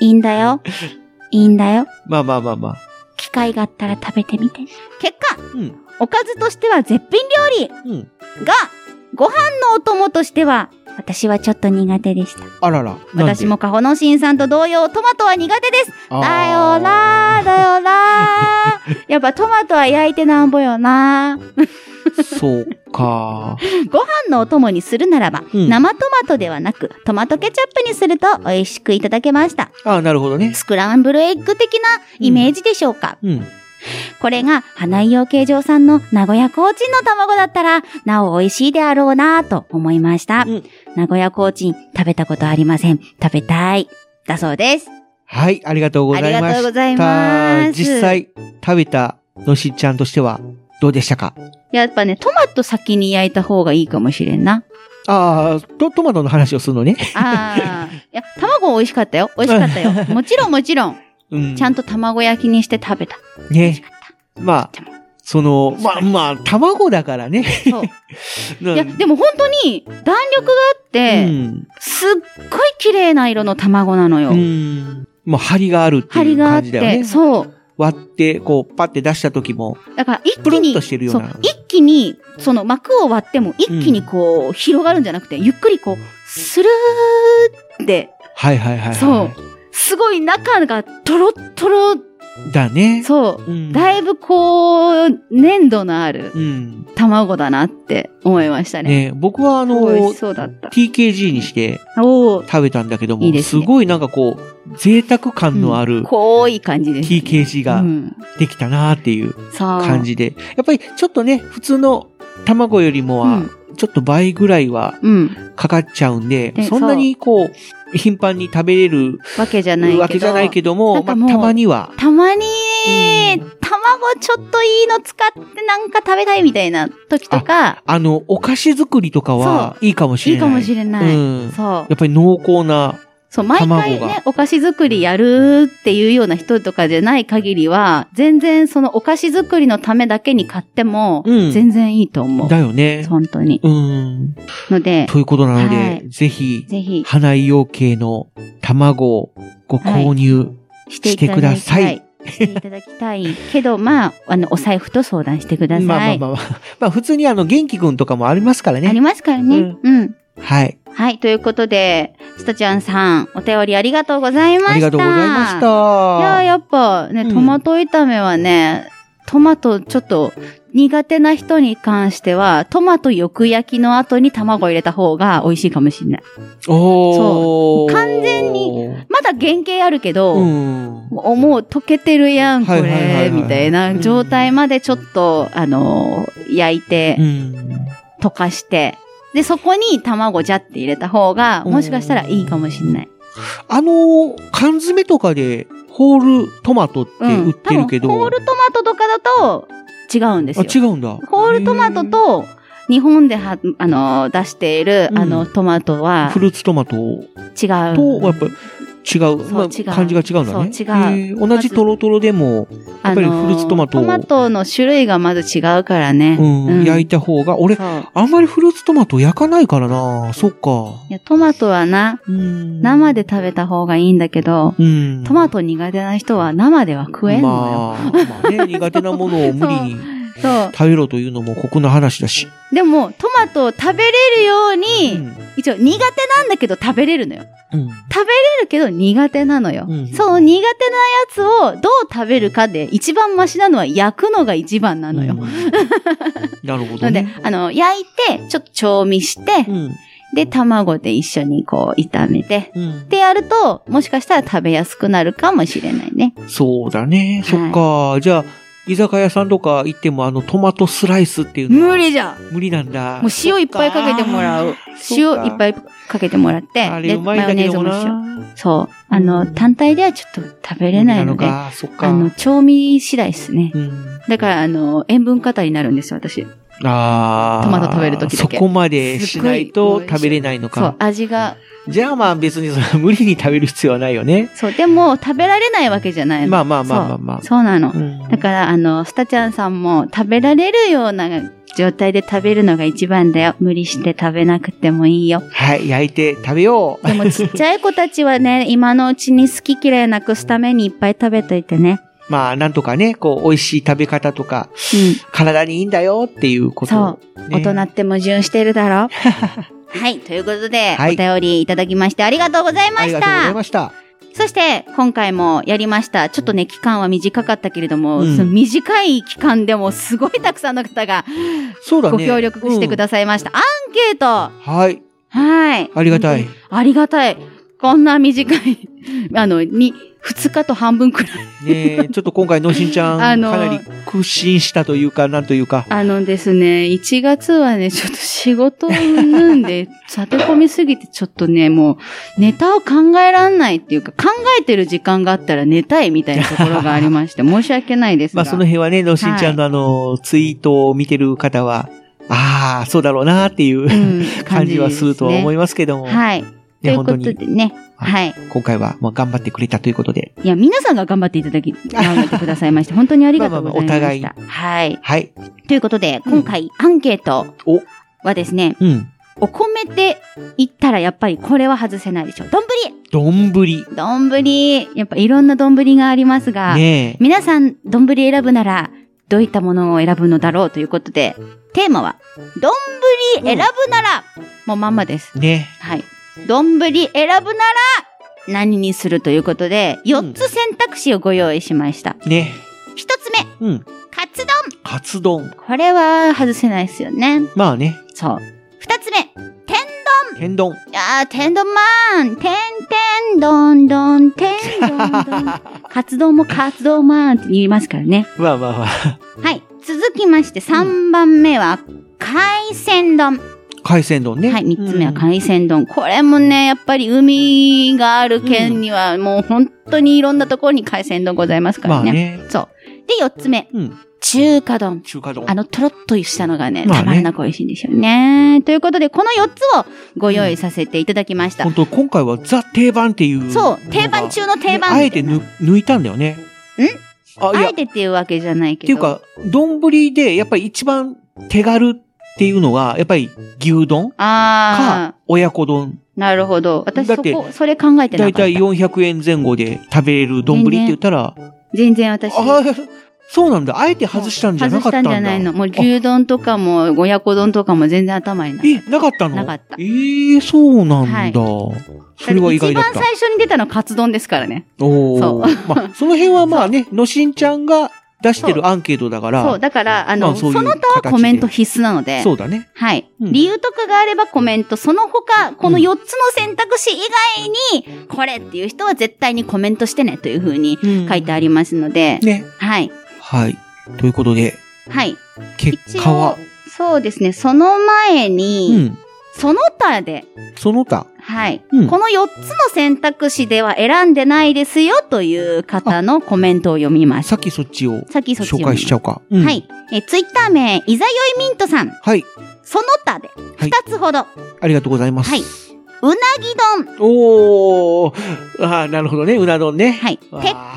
Speaker 4: いんだよ。いいんだよ。
Speaker 3: まあまあまあまあ。
Speaker 4: 機会があったら食べてみて。結果、
Speaker 3: うん。
Speaker 4: おかずとしては絶品
Speaker 3: うん。
Speaker 4: 料理が、ご飯のお供としては、私はちょっと苦手でした。
Speaker 3: あらら。なんで
Speaker 4: 私も。カホノシンさんと同様、トマトは苦手です。
Speaker 3: あ
Speaker 4: だ
Speaker 3: ー
Speaker 4: よなー、だよな
Speaker 3: [laughs]
Speaker 4: ー。やっぱトマトは焼いてなんぼよなー。
Speaker 3: そう
Speaker 4: [laughs]
Speaker 3: か。
Speaker 4: ご飯のお供にするならば、
Speaker 3: うん
Speaker 4: 生トマトではなく、トマトケチャップにすると美味しくいただけました。
Speaker 3: あーなるほどね。
Speaker 4: スクランブルエッグ的なイメージでしょうか。
Speaker 3: うん。
Speaker 4: これが花井養鶏場さんの名古屋コーチンの卵だったら、なお美味しいであろうなぁと思いました。
Speaker 3: うん
Speaker 4: 名古屋コーチン食べたことありません。食べたい。だそうです。
Speaker 3: はい、ありがとうござ
Speaker 4: あ
Speaker 3: い
Speaker 4: り
Speaker 3: ました。
Speaker 4: がとうございます。
Speaker 3: 実際、食べたのしちゃんとしては、どうでしたか
Speaker 4: やっぱね、トマト先に焼いた方がいいかもしれん
Speaker 3: [laughs]
Speaker 4: な。
Speaker 3: ああ、と、トマトの話をするのね。
Speaker 4: ああ。いや、卵美味しかったよ。美味しかったよ。もちろんもちろん。
Speaker 3: [laughs] うん
Speaker 4: ちゃんと卵焼きにして食べた。
Speaker 3: ね。まあ、その、まあまあ、卵だからね。
Speaker 4: そういや、でも本当に弾力があっ
Speaker 3: う
Speaker 4: て、
Speaker 3: ん。
Speaker 4: すっごい綺麗な色の卵なのよ。
Speaker 3: うん。もう、張りがあるって
Speaker 4: 張
Speaker 3: い
Speaker 4: り
Speaker 3: う
Speaker 4: があっ
Speaker 3: 感じだよ
Speaker 4: て、
Speaker 3: ね。
Speaker 4: そう。
Speaker 3: 割って、こう、パッて出した時も、
Speaker 4: だから一気
Speaker 3: プルン
Speaker 4: に、
Speaker 3: としてるような
Speaker 4: そう一気に、その膜を割っても一気にこう、広がるんじゃなくて、ゆっくりこう、スルーって、
Speaker 3: はいはいはいはい。
Speaker 4: そうすごい中がトロットロ、
Speaker 3: だね。
Speaker 4: そう。
Speaker 3: うん。
Speaker 4: だいぶこう、粘度のある
Speaker 3: うん。
Speaker 4: 卵だなって思いましたね。
Speaker 3: ね僕はあ
Speaker 4: すごい美
Speaker 3: の
Speaker 4: 味し、そうだった。
Speaker 3: TKG にして
Speaker 4: おー
Speaker 3: 食べたんだけども、
Speaker 4: いいですね
Speaker 3: ごいなんかこう、贅沢感のある
Speaker 4: 濃い感じです、ね。
Speaker 3: TKG が
Speaker 4: うん
Speaker 3: できたなーっていう
Speaker 4: そう。
Speaker 3: 感じで、やっぱりちょっとね、普通の卵よりも
Speaker 4: う
Speaker 3: は
Speaker 4: ん、
Speaker 3: ちょっと倍ぐらいは
Speaker 4: うん。
Speaker 3: かかっちゃうんで、
Speaker 4: で
Speaker 3: そんなにこう、頻繁に食べれる
Speaker 4: わけじゃないけど。
Speaker 3: わけじゃないけども、
Speaker 4: なんか
Speaker 3: まあ、
Speaker 4: もう
Speaker 3: たまには。
Speaker 4: たまに
Speaker 3: う、
Speaker 4: 卵ちょっといいの使ってなんか食べたいみたいな時とか、
Speaker 3: あの、お菓子作りとかは、いいかもし
Speaker 4: い
Speaker 3: れ
Speaker 4: い
Speaker 3: な
Speaker 4: か
Speaker 3: い。
Speaker 4: もしれない。
Speaker 3: うん
Speaker 4: そう
Speaker 3: や。っぱり濃厚な、
Speaker 4: そう、毎回
Speaker 3: 卵
Speaker 4: ね
Speaker 3: が、
Speaker 4: お菓子作りやるっていうような人とかじゃない限りは、全然そのお菓子作りのためだけに買っても、
Speaker 3: うん
Speaker 4: 全然いいと思う。
Speaker 3: だよね。
Speaker 4: 本当に。
Speaker 3: うん。
Speaker 4: ので、
Speaker 3: ということなので、
Speaker 4: はい
Speaker 3: ぜひ、
Speaker 4: ぜひ、
Speaker 3: 花井養鶏の卵をご購入
Speaker 4: して
Speaker 3: し
Speaker 4: いた
Speaker 3: て
Speaker 4: だ
Speaker 3: く
Speaker 4: きた
Speaker 3: だ
Speaker 4: い。
Speaker 3: さい。
Speaker 4: していただきたいけど、まあ、あの、お財布と相談してください。
Speaker 3: まあまあまあま [laughs] あ。まあ普通にあの、元気くんとかもありますから
Speaker 4: あり
Speaker 3: ね。
Speaker 4: ますからね。
Speaker 3: うん
Speaker 4: うん
Speaker 3: はい。
Speaker 4: はい、ということで、スタちゃんさん、お便りありがとうございました。
Speaker 3: ありがとうございまし
Speaker 4: いやー、
Speaker 3: た。
Speaker 4: やっぱね、
Speaker 3: うん
Speaker 4: トマト炒めはね、トマトちょっと苦手な人に関しては、トマトよく焼きの後に卵入れた方が美味しいかもしれない。
Speaker 3: お
Speaker 4: そ
Speaker 3: ー。
Speaker 4: う完全に。まだ原型あるけど、
Speaker 3: うん。
Speaker 4: もうもう溶けてるやん、こ
Speaker 3: はいはいはいは
Speaker 4: れ、
Speaker 3: い
Speaker 4: みたいな状態までちょっと、あのー焼いて
Speaker 3: う、ん。
Speaker 4: 溶かして、で、そこに卵ジャって入れた方が、もしかしたらいいかもしれない。
Speaker 3: あのー、缶詰とかで、ホールトマトって売ってるけど。
Speaker 4: 多分ホールトマトとかだと違うんです
Speaker 3: あ、
Speaker 4: よ。
Speaker 3: 違うんだ。
Speaker 4: ホールトマトと日本ではあの出している、
Speaker 3: うん
Speaker 4: あのトマト
Speaker 3: へー、
Speaker 4: は
Speaker 3: フルーツトマト
Speaker 4: 違う。
Speaker 3: と、やっぱり違う。
Speaker 4: う
Speaker 3: まあ
Speaker 4: 違う
Speaker 3: 感じが違うんだね。
Speaker 4: そう違
Speaker 3: へー同じトロトロでも、やっぱりフルーツトマト
Speaker 4: あ
Speaker 3: を
Speaker 4: のトマトの種類がまず違うからね。
Speaker 3: うん、焼いた方が、俺、
Speaker 4: そう
Speaker 3: あんまりフルーツトマト焼かないからなそっか。
Speaker 4: いやトマトはな、
Speaker 3: うん
Speaker 4: 生で食べた方がいいんだけど、
Speaker 3: うん。
Speaker 4: トマト苦手な人は生では食えんのよ。
Speaker 3: まあ、ま
Speaker 4: [laughs]
Speaker 3: あね、苦手なものを無理に
Speaker 4: そう。
Speaker 3: 食べろというのも酷な話だし。
Speaker 4: でも、トマトを食べれるよう
Speaker 3: う
Speaker 4: に、
Speaker 3: ん。
Speaker 4: 一応苦手なんだけど食べれるのよ。
Speaker 3: うん。
Speaker 4: 食べれるけど苦手なのよ。
Speaker 3: うん
Speaker 4: その苦手なやつをどう食べるかで一番マシなのは焼くのが一番なのよ。
Speaker 3: うん。
Speaker 4: [laughs]
Speaker 3: なるほ
Speaker 4: な
Speaker 3: ど
Speaker 4: ので
Speaker 3: ね。、
Speaker 4: あの、焼いて、ちょっと調味して、
Speaker 3: うん。
Speaker 4: で、卵で一緒にこう、炒めて、
Speaker 3: うん
Speaker 4: ってやると、もしかしたら食べやすくなるかもしれないね。
Speaker 3: そうだね。そっか。じゃあ、居酒屋さんとか行っても、あの、トマトスライスっていうのは
Speaker 4: 無理じゃん
Speaker 3: 無理なんだ。
Speaker 4: もう塩いっぱいかけてもらう。塩いっぱ
Speaker 3: い。
Speaker 4: いかけてもらって、
Speaker 3: あれ
Speaker 4: で、
Speaker 3: う
Speaker 4: マ
Speaker 3: まいん
Speaker 4: ヨ
Speaker 3: だ
Speaker 4: ネ
Speaker 3: け
Speaker 4: ーズ
Speaker 3: ど
Speaker 4: も一緒。
Speaker 3: な。
Speaker 4: そう。あ
Speaker 3: う
Speaker 4: の、
Speaker 3: ん
Speaker 4: 単体ではちょっと食べれないの
Speaker 3: 無
Speaker 4: で、
Speaker 3: 理
Speaker 4: あ
Speaker 3: か。そっか。
Speaker 4: の、調味次第ですね。
Speaker 3: うん
Speaker 4: だから、あの、塩分過多になるんですよ、私。
Speaker 3: ああ。
Speaker 4: トマト食べる時だけ
Speaker 3: そこまでしないと
Speaker 4: すっごい
Speaker 3: 食べれない
Speaker 4: そ
Speaker 3: の
Speaker 4: う
Speaker 3: か、。
Speaker 4: 味が。
Speaker 3: じゃあまあ別にその無理に食べる必要はないよね。
Speaker 4: そう、でも、食べられないわけじゃないの。
Speaker 3: まあまあまあまあまあ。
Speaker 4: そうなの。
Speaker 3: うん
Speaker 4: だから、あの、スタちゃんさんも、食べられるような状態で食べるのが一番だよ。無理して食べなくてもいいよ。
Speaker 3: はい、焼いて食べよう。
Speaker 4: で
Speaker 3: [laughs]
Speaker 4: も、ちっちゃい子たちはね、今のうちに好き嫌いなくすためにいっぱい食べといてね。
Speaker 3: まあなんとかね、こう、美味しい食べ方とか、
Speaker 4: うん。
Speaker 3: 体にいいんだよっていうことをね、
Speaker 4: 大人って矛盾してるだ
Speaker 3: [laughs]
Speaker 4: ろはい。ということで、
Speaker 3: はい
Speaker 4: お便りいただきましてありがとうございま
Speaker 3: あり
Speaker 4: し
Speaker 3: がとうござ
Speaker 4: た
Speaker 3: い。ました。
Speaker 4: そして、今回もやりました。ちょっとね、期間は短かったけれども、
Speaker 3: うん
Speaker 4: その短い期間でもすごいたくさんの方が
Speaker 3: そうだね。
Speaker 4: ご協力してくださいました。アンケート
Speaker 3: うんはい、
Speaker 4: はい。
Speaker 3: ありがたい
Speaker 4: 本。当に。ありがたい。こんな短い、 [laughs] あの、に、二日と半分くらい。
Speaker 3: [laughs] ねえちょっと今回、のしんちゃん、
Speaker 4: [laughs] あのー
Speaker 3: かなり苦心したというか、なんというか。
Speaker 4: あのですね、1月はね、ちょっと仕事をぬんで、立て込みすぎて、ちょっとね、もう、ネタを考えらんないっていうか、考えてる時間があったら寝たいみたいなところがありま
Speaker 3: [laughs]
Speaker 4: して、申し訳ないです
Speaker 3: ま
Speaker 4: が。
Speaker 3: あその辺はね、のしんちゃんのあの、ツイートを見てる方は、ああ、そうだろうなっていう、
Speaker 4: うん
Speaker 3: 感じはするとは思いますけども。
Speaker 4: はい。と
Speaker 3: ね
Speaker 4: いう
Speaker 3: 本
Speaker 4: こ
Speaker 3: 当
Speaker 4: と
Speaker 3: に
Speaker 4: でね、はい。
Speaker 3: 今回は、まあ、頑張ってくれたということで。
Speaker 4: いや、皆さんが頑張っていただ
Speaker 3: [laughs]
Speaker 4: き、頑張ってくださいまして、本当にありがとうございました。
Speaker 3: まあ
Speaker 4: はい。
Speaker 3: はい。
Speaker 4: ということで、今回アンケート
Speaker 3: お
Speaker 4: はですね、
Speaker 3: うん。
Speaker 4: お米で言ったらやっぱりこれは外せないでしょ。丼
Speaker 3: どんぶり。
Speaker 4: 丼やっぱいろんな丼がありますが、
Speaker 3: ねえ。
Speaker 4: 皆さん丼選ぶなら、どういったものを選ぶのだろうということで、テーマは、丼選ぶなら、もうまんまです。
Speaker 3: ね
Speaker 4: はい。丼選ぶなら、何にするということで、4つ選択肢をご用意しました。
Speaker 3: え。ね
Speaker 4: 1つ目、
Speaker 3: え。うん。
Speaker 4: カツ丼。
Speaker 3: カツ丼。
Speaker 4: これは外せないですよね。
Speaker 3: まあね。
Speaker 4: そう。2つ目、
Speaker 3: 天丼。
Speaker 4: あー、天丼マン天天丼丼天丼丼
Speaker 3: [laughs]
Speaker 4: カツ丼もカツ丼マンって言いますからね。
Speaker 3: まあまあまあ。
Speaker 4: はい。続きまして3番目は、海鮮丼。
Speaker 3: 海鮮丼ね。
Speaker 4: はい。3つ目は
Speaker 3: 鮮。
Speaker 4: 海鮮丼。これもね、やっぱり海がある県には、もう本当にいろんなところに海鮮丼ございますか
Speaker 3: ま
Speaker 4: ら
Speaker 3: あ
Speaker 4: ね。
Speaker 3: ね。
Speaker 4: で、4つ目、
Speaker 3: うん。
Speaker 4: 中華丼。
Speaker 3: 中華丼。
Speaker 4: あの、とろっとしたのがね、
Speaker 3: まあね
Speaker 4: たまんなく美味しいんですよね。ということで、この4つをご用意させていただきました。
Speaker 3: 本当今回はザ定番っていう。
Speaker 4: そう、定番中の定番
Speaker 3: ねあえ
Speaker 4: みた
Speaker 3: て
Speaker 4: いな。
Speaker 3: ぬ抜いたんだよね。あ、い
Speaker 4: あ
Speaker 3: や、っ
Speaker 4: えてっていうわけじゃないけ
Speaker 3: てい
Speaker 4: ど。
Speaker 3: うか、丼で、やっぱり一番手軽っていうのは、やっぱり牛丼
Speaker 4: ああ
Speaker 3: か、、親子丼。
Speaker 4: なるほど。私
Speaker 3: だ
Speaker 4: そ
Speaker 3: って
Speaker 4: こ、それ考えて
Speaker 3: だ
Speaker 4: ないか
Speaker 3: たい
Speaker 4: った。
Speaker 3: 400円前後で食べれる丼って言ったら、
Speaker 4: 全然私。
Speaker 3: ああ、そうなんだ。あえて外したんじゃなかったんだ。
Speaker 4: 外したんじゃないの。もう牛丼とかも、親子丼とかも全然頭にな
Speaker 3: え、なかったの
Speaker 4: なかった
Speaker 3: ええそうなんだ。
Speaker 4: はい
Speaker 3: それは意外だっ
Speaker 4: 一
Speaker 3: た
Speaker 4: 番。最初に出たのカツ丼ですからね。
Speaker 3: おお。
Speaker 4: そ
Speaker 3: まあ、その辺はま
Speaker 4: [laughs]
Speaker 3: あね、のしんちゃんが出してるアンケートだから。
Speaker 4: そう、だから、あ
Speaker 3: ま
Speaker 4: の、
Speaker 3: あそ
Speaker 4: そう
Speaker 3: いう
Speaker 4: の他はコメント必須なので。
Speaker 3: そうだね。
Speaker 4: はい。
Speaker 3: うん
Speaker 4: 理由とかがあればコメント、その他、この
Speaker 3: うん
Speaker 4: 4つの選択肢以外に、これっていう人は絶対にコメントしてねというふうに書いてありますので、
Speaker 3: ね。
Speaker 4: はい。
Speaker 3: はい。ということで、
Speaker 4: はい。
Speaker 3: 結果は、
Speaker 4: そうですね、その前
Speaker 3: う
Speaker 4: に、
Speaker 3: ん。
Speaker 4: その他で、
Speaker 3: その他。
Speaker 4: はい、
Speaker 3: うん
Speaker 4: この4つの選択肢では選んでないですよという方のコメントを読みます
Speaker 3: さっ。きそっちを
Speaker 4: さっきそっちを読
Speaker 3: 紹
Speaker 4: み
Speaker 3: 介しちゃおうか。うん
Speaker 4: は。い。え、ツイッター名、いざよいミントさん、
Speaker 3: はい。
Speaker 4: その他で、
Speaker 3: は
Speaker 4: 2
Speaker 3: い
Speaker 4: つほど、
Speaker 3: ありがとうございます。
Speaker 4: はい。うなぎ丼、
Speaker 3: おお。ああ、なるほどね。うな丼ね。
Speaker 4: はい。
Speaker 3: わー
Speaker 4: 鉄火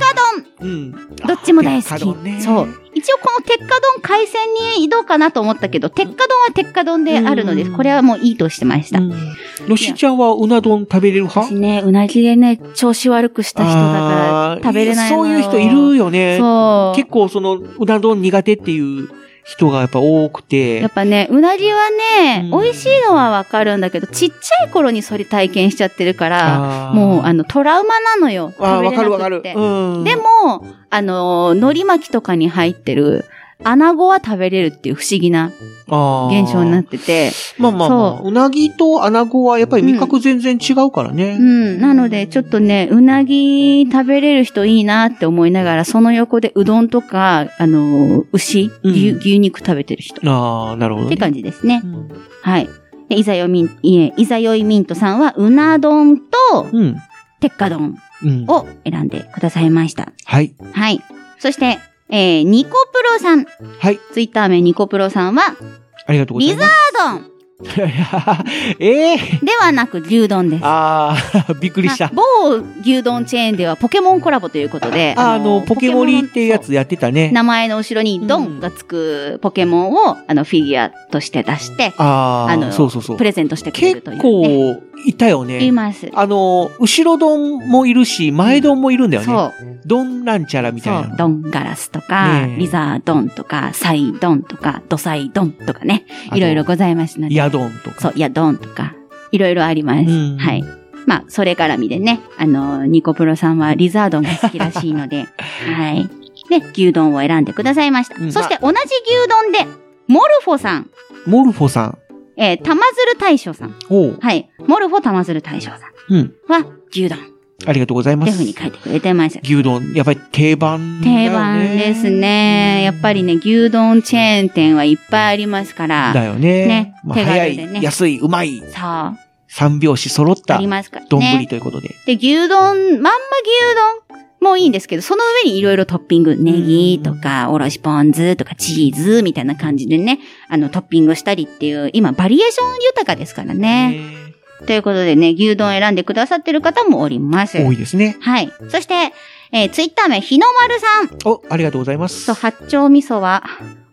Speaker 4: 丼、
Speaker 3: うん。
Speaker 4: どっちも大好
Speaker 3: 鉄火
Speaker 4: き。
Speaker 3: 丼ね
Speaker 4: そう。一応この鉄火丼海鮮に移動かなと思ったけど、鉄火丼は鉄火丼であるので、
Speaker 3: うん
Speaker 4: これはもういいとしてました。
Speaker 3: うんのしちゃんはうな丼食べれる派
Speaker 4: 私ね、うなぎでね、調子悪くした人だか
Speaker 3: あー
Speaker 4: ら食べれないの
Speaker 3: そう
Speaker 4: よ
Speaker 3: いう人いるよね。
Speaker 4: そう。
Speaker 3: 結構その、うな丼苦手っていう人がやっぱ多く
Speaker 4: や
Speaker 3: て
Speaker 4: っ。ぱね、うなぎはね、
Speaker 3: うん
Speaker 4: 美味しいのはわかるんだけど、ちっちゃい頃にそれ体験しちゃってるから、
Speaker 3: あー
Speaker 4: もうあの、トラウマなのよ。
Speaker 3: あーわかるわか
Speaker 4: 食べれな
Speaker 3: る。
Speaker 4: くって
Speaker 3: うん。
Speaker 4: でも、、あの、海苔巻きとかに入ってる、穴子は食べれるっていう不思議な現象にな
Speaker 3: っ。
Speaker 4: っててて、
Speaker 3: まあまあまあ、
Speaker 4: そう
Speaker 3: なぎとアナゴはやっぱり味覚全然違うからね。
Speaker 4: うん。なので、ちょっとね、うなぎ食べれる人いいなって思いながら、その横でうどんとか、あの、牛、
Speaker 3: うん
Speaker 4: 牛牛肉食べてる人。っ
Speaker 3: ああ、なるほど、ね。
Speaker 4: て感じですね
Speaker 3: う。ん
Speaker 4: はい。でいざよみん、いえ、いざよいミントさんは、うな丼と、
Speaker 3: うん。
Speaker 4: 鉄火丼
Speaker 3: うん。
Speaker 4: を選んでくださいました。
Speaker 3: はい。
Speaker 4: はい。そして、えー、ニコプロさん。
Speaker 3: はい。
Speaker 4: ツイッター名ニコプロさんは、
Speaker 3: ありがとうございます。
Speaker 4: カ丼
Speaker 3: [laughs] ええー。
Speaker 4: ではなく牛丼です。
Speaker 3: ああ、 [laughs] びっくりした
Speaker 4: ま。あ某牛丼チェーンではポケモンコラボということで、
Speaker 3: あの、ポケモリっていうやつやってたね。
Speaker 4: 名前の後ろにドンがつくポケモンを、あの、フィギュアとして出して、
Speaker 3: あ
Speaker 4: あ
Speaker 3: あ、
Speaker 4: の
Speaker 3: そうそうそう
Speaker 4: プ。レゼントしてくれる
Speaker 3: 結
Speaker 4: という、ね。
Speaker 3: 構、いたよ
Speaker 4: い
Speaker 3: ね。
Speaker 4: ます。
Speaker 3: あの、後ろ丼もいるし、前丼もいるんだよね。
Speaker 4: そう。
Speaker 3: 丼なんちゃらみ
Speaker 4: そ
Speaker 3: たいうな。。
Speaker 4: ドンガラスとか、
Speaker 3: ねえ
Speaker 4: リザードンとか、サイドンとか、ドサイドンとかね、いろいろ
Speaker 3: あと。
Speaker 4: ございますので。
Speaker 3: ヤ丼と
Speaker 4: そ
Speaker 3: か。
Speaker 4: う、ヤドンとか、いろいろあります。
Speaker 3: うん
Speaker 4: はい。まあ、それ絡みでね、あの、ニコプロさんはリザードンが好きらしいの
Speaker 3: [laughs]
Speaker 4: で、はい。で、牛丼を選んでくださいました。
Speaker 3: うん
Speaker 4: そして同じ牛丼で、モルフォさん、
Speaker 3: モルフォさん。
Speaker 4: えー、玉鶴大将さん。
Speaker 3: おう。
Speaker 4: はい。モルフォ玉鶴大将さん
Speaker 3: うん。
Speaker 4: は、牛丼。
Speaker 3: ありがとうござい
Speaker 4: と
Speaker 3: ま
Speaker 4: いう
Speaker 3: す
Speaker 4: ふう。に書いてくれてました。
Speaker 3: 牛丼、やっぱり定番だよね。
Speaker 4: 定番ですね。やっぱりね、牛丼チェーン店はいっぱいありますから。
Speaker 3: だよね。
Speaker 4: ね
Speaker 3: まあ
Speaker 4: 手軽
Speaker 3: 早
Speaker 4: でね
Speaker 3: い、安い、うまい、
Speaker 4: さ
Speaker 3: 三拍子揃っ
Speaker 4: あ、あ
Speaker 3: た
Speaker 4: りますから
Speaker 3: 丼
Speaker 4: ね。
Speaker 3: ということで。
Speaker 4: で、牛丼、まんま牛丼もいいんですけど、その上にいろいろトッピング、ネギとか、おろしポン酢とか、チーズみたいな感じでね、あの、トッピングしたりっていう、今、バリエーション豊かですからね。
Speaker 3: ね
Speaker 4: ということでね、牛丼選んでくださってる方もおります。
Speaker 3: 多いですね。
Speaker 4: はい。そして、えーツイッター名、日の丸さん。
Speaker 3: お、ありがとうございます。
Speaker 4: そう、八丁味噌は、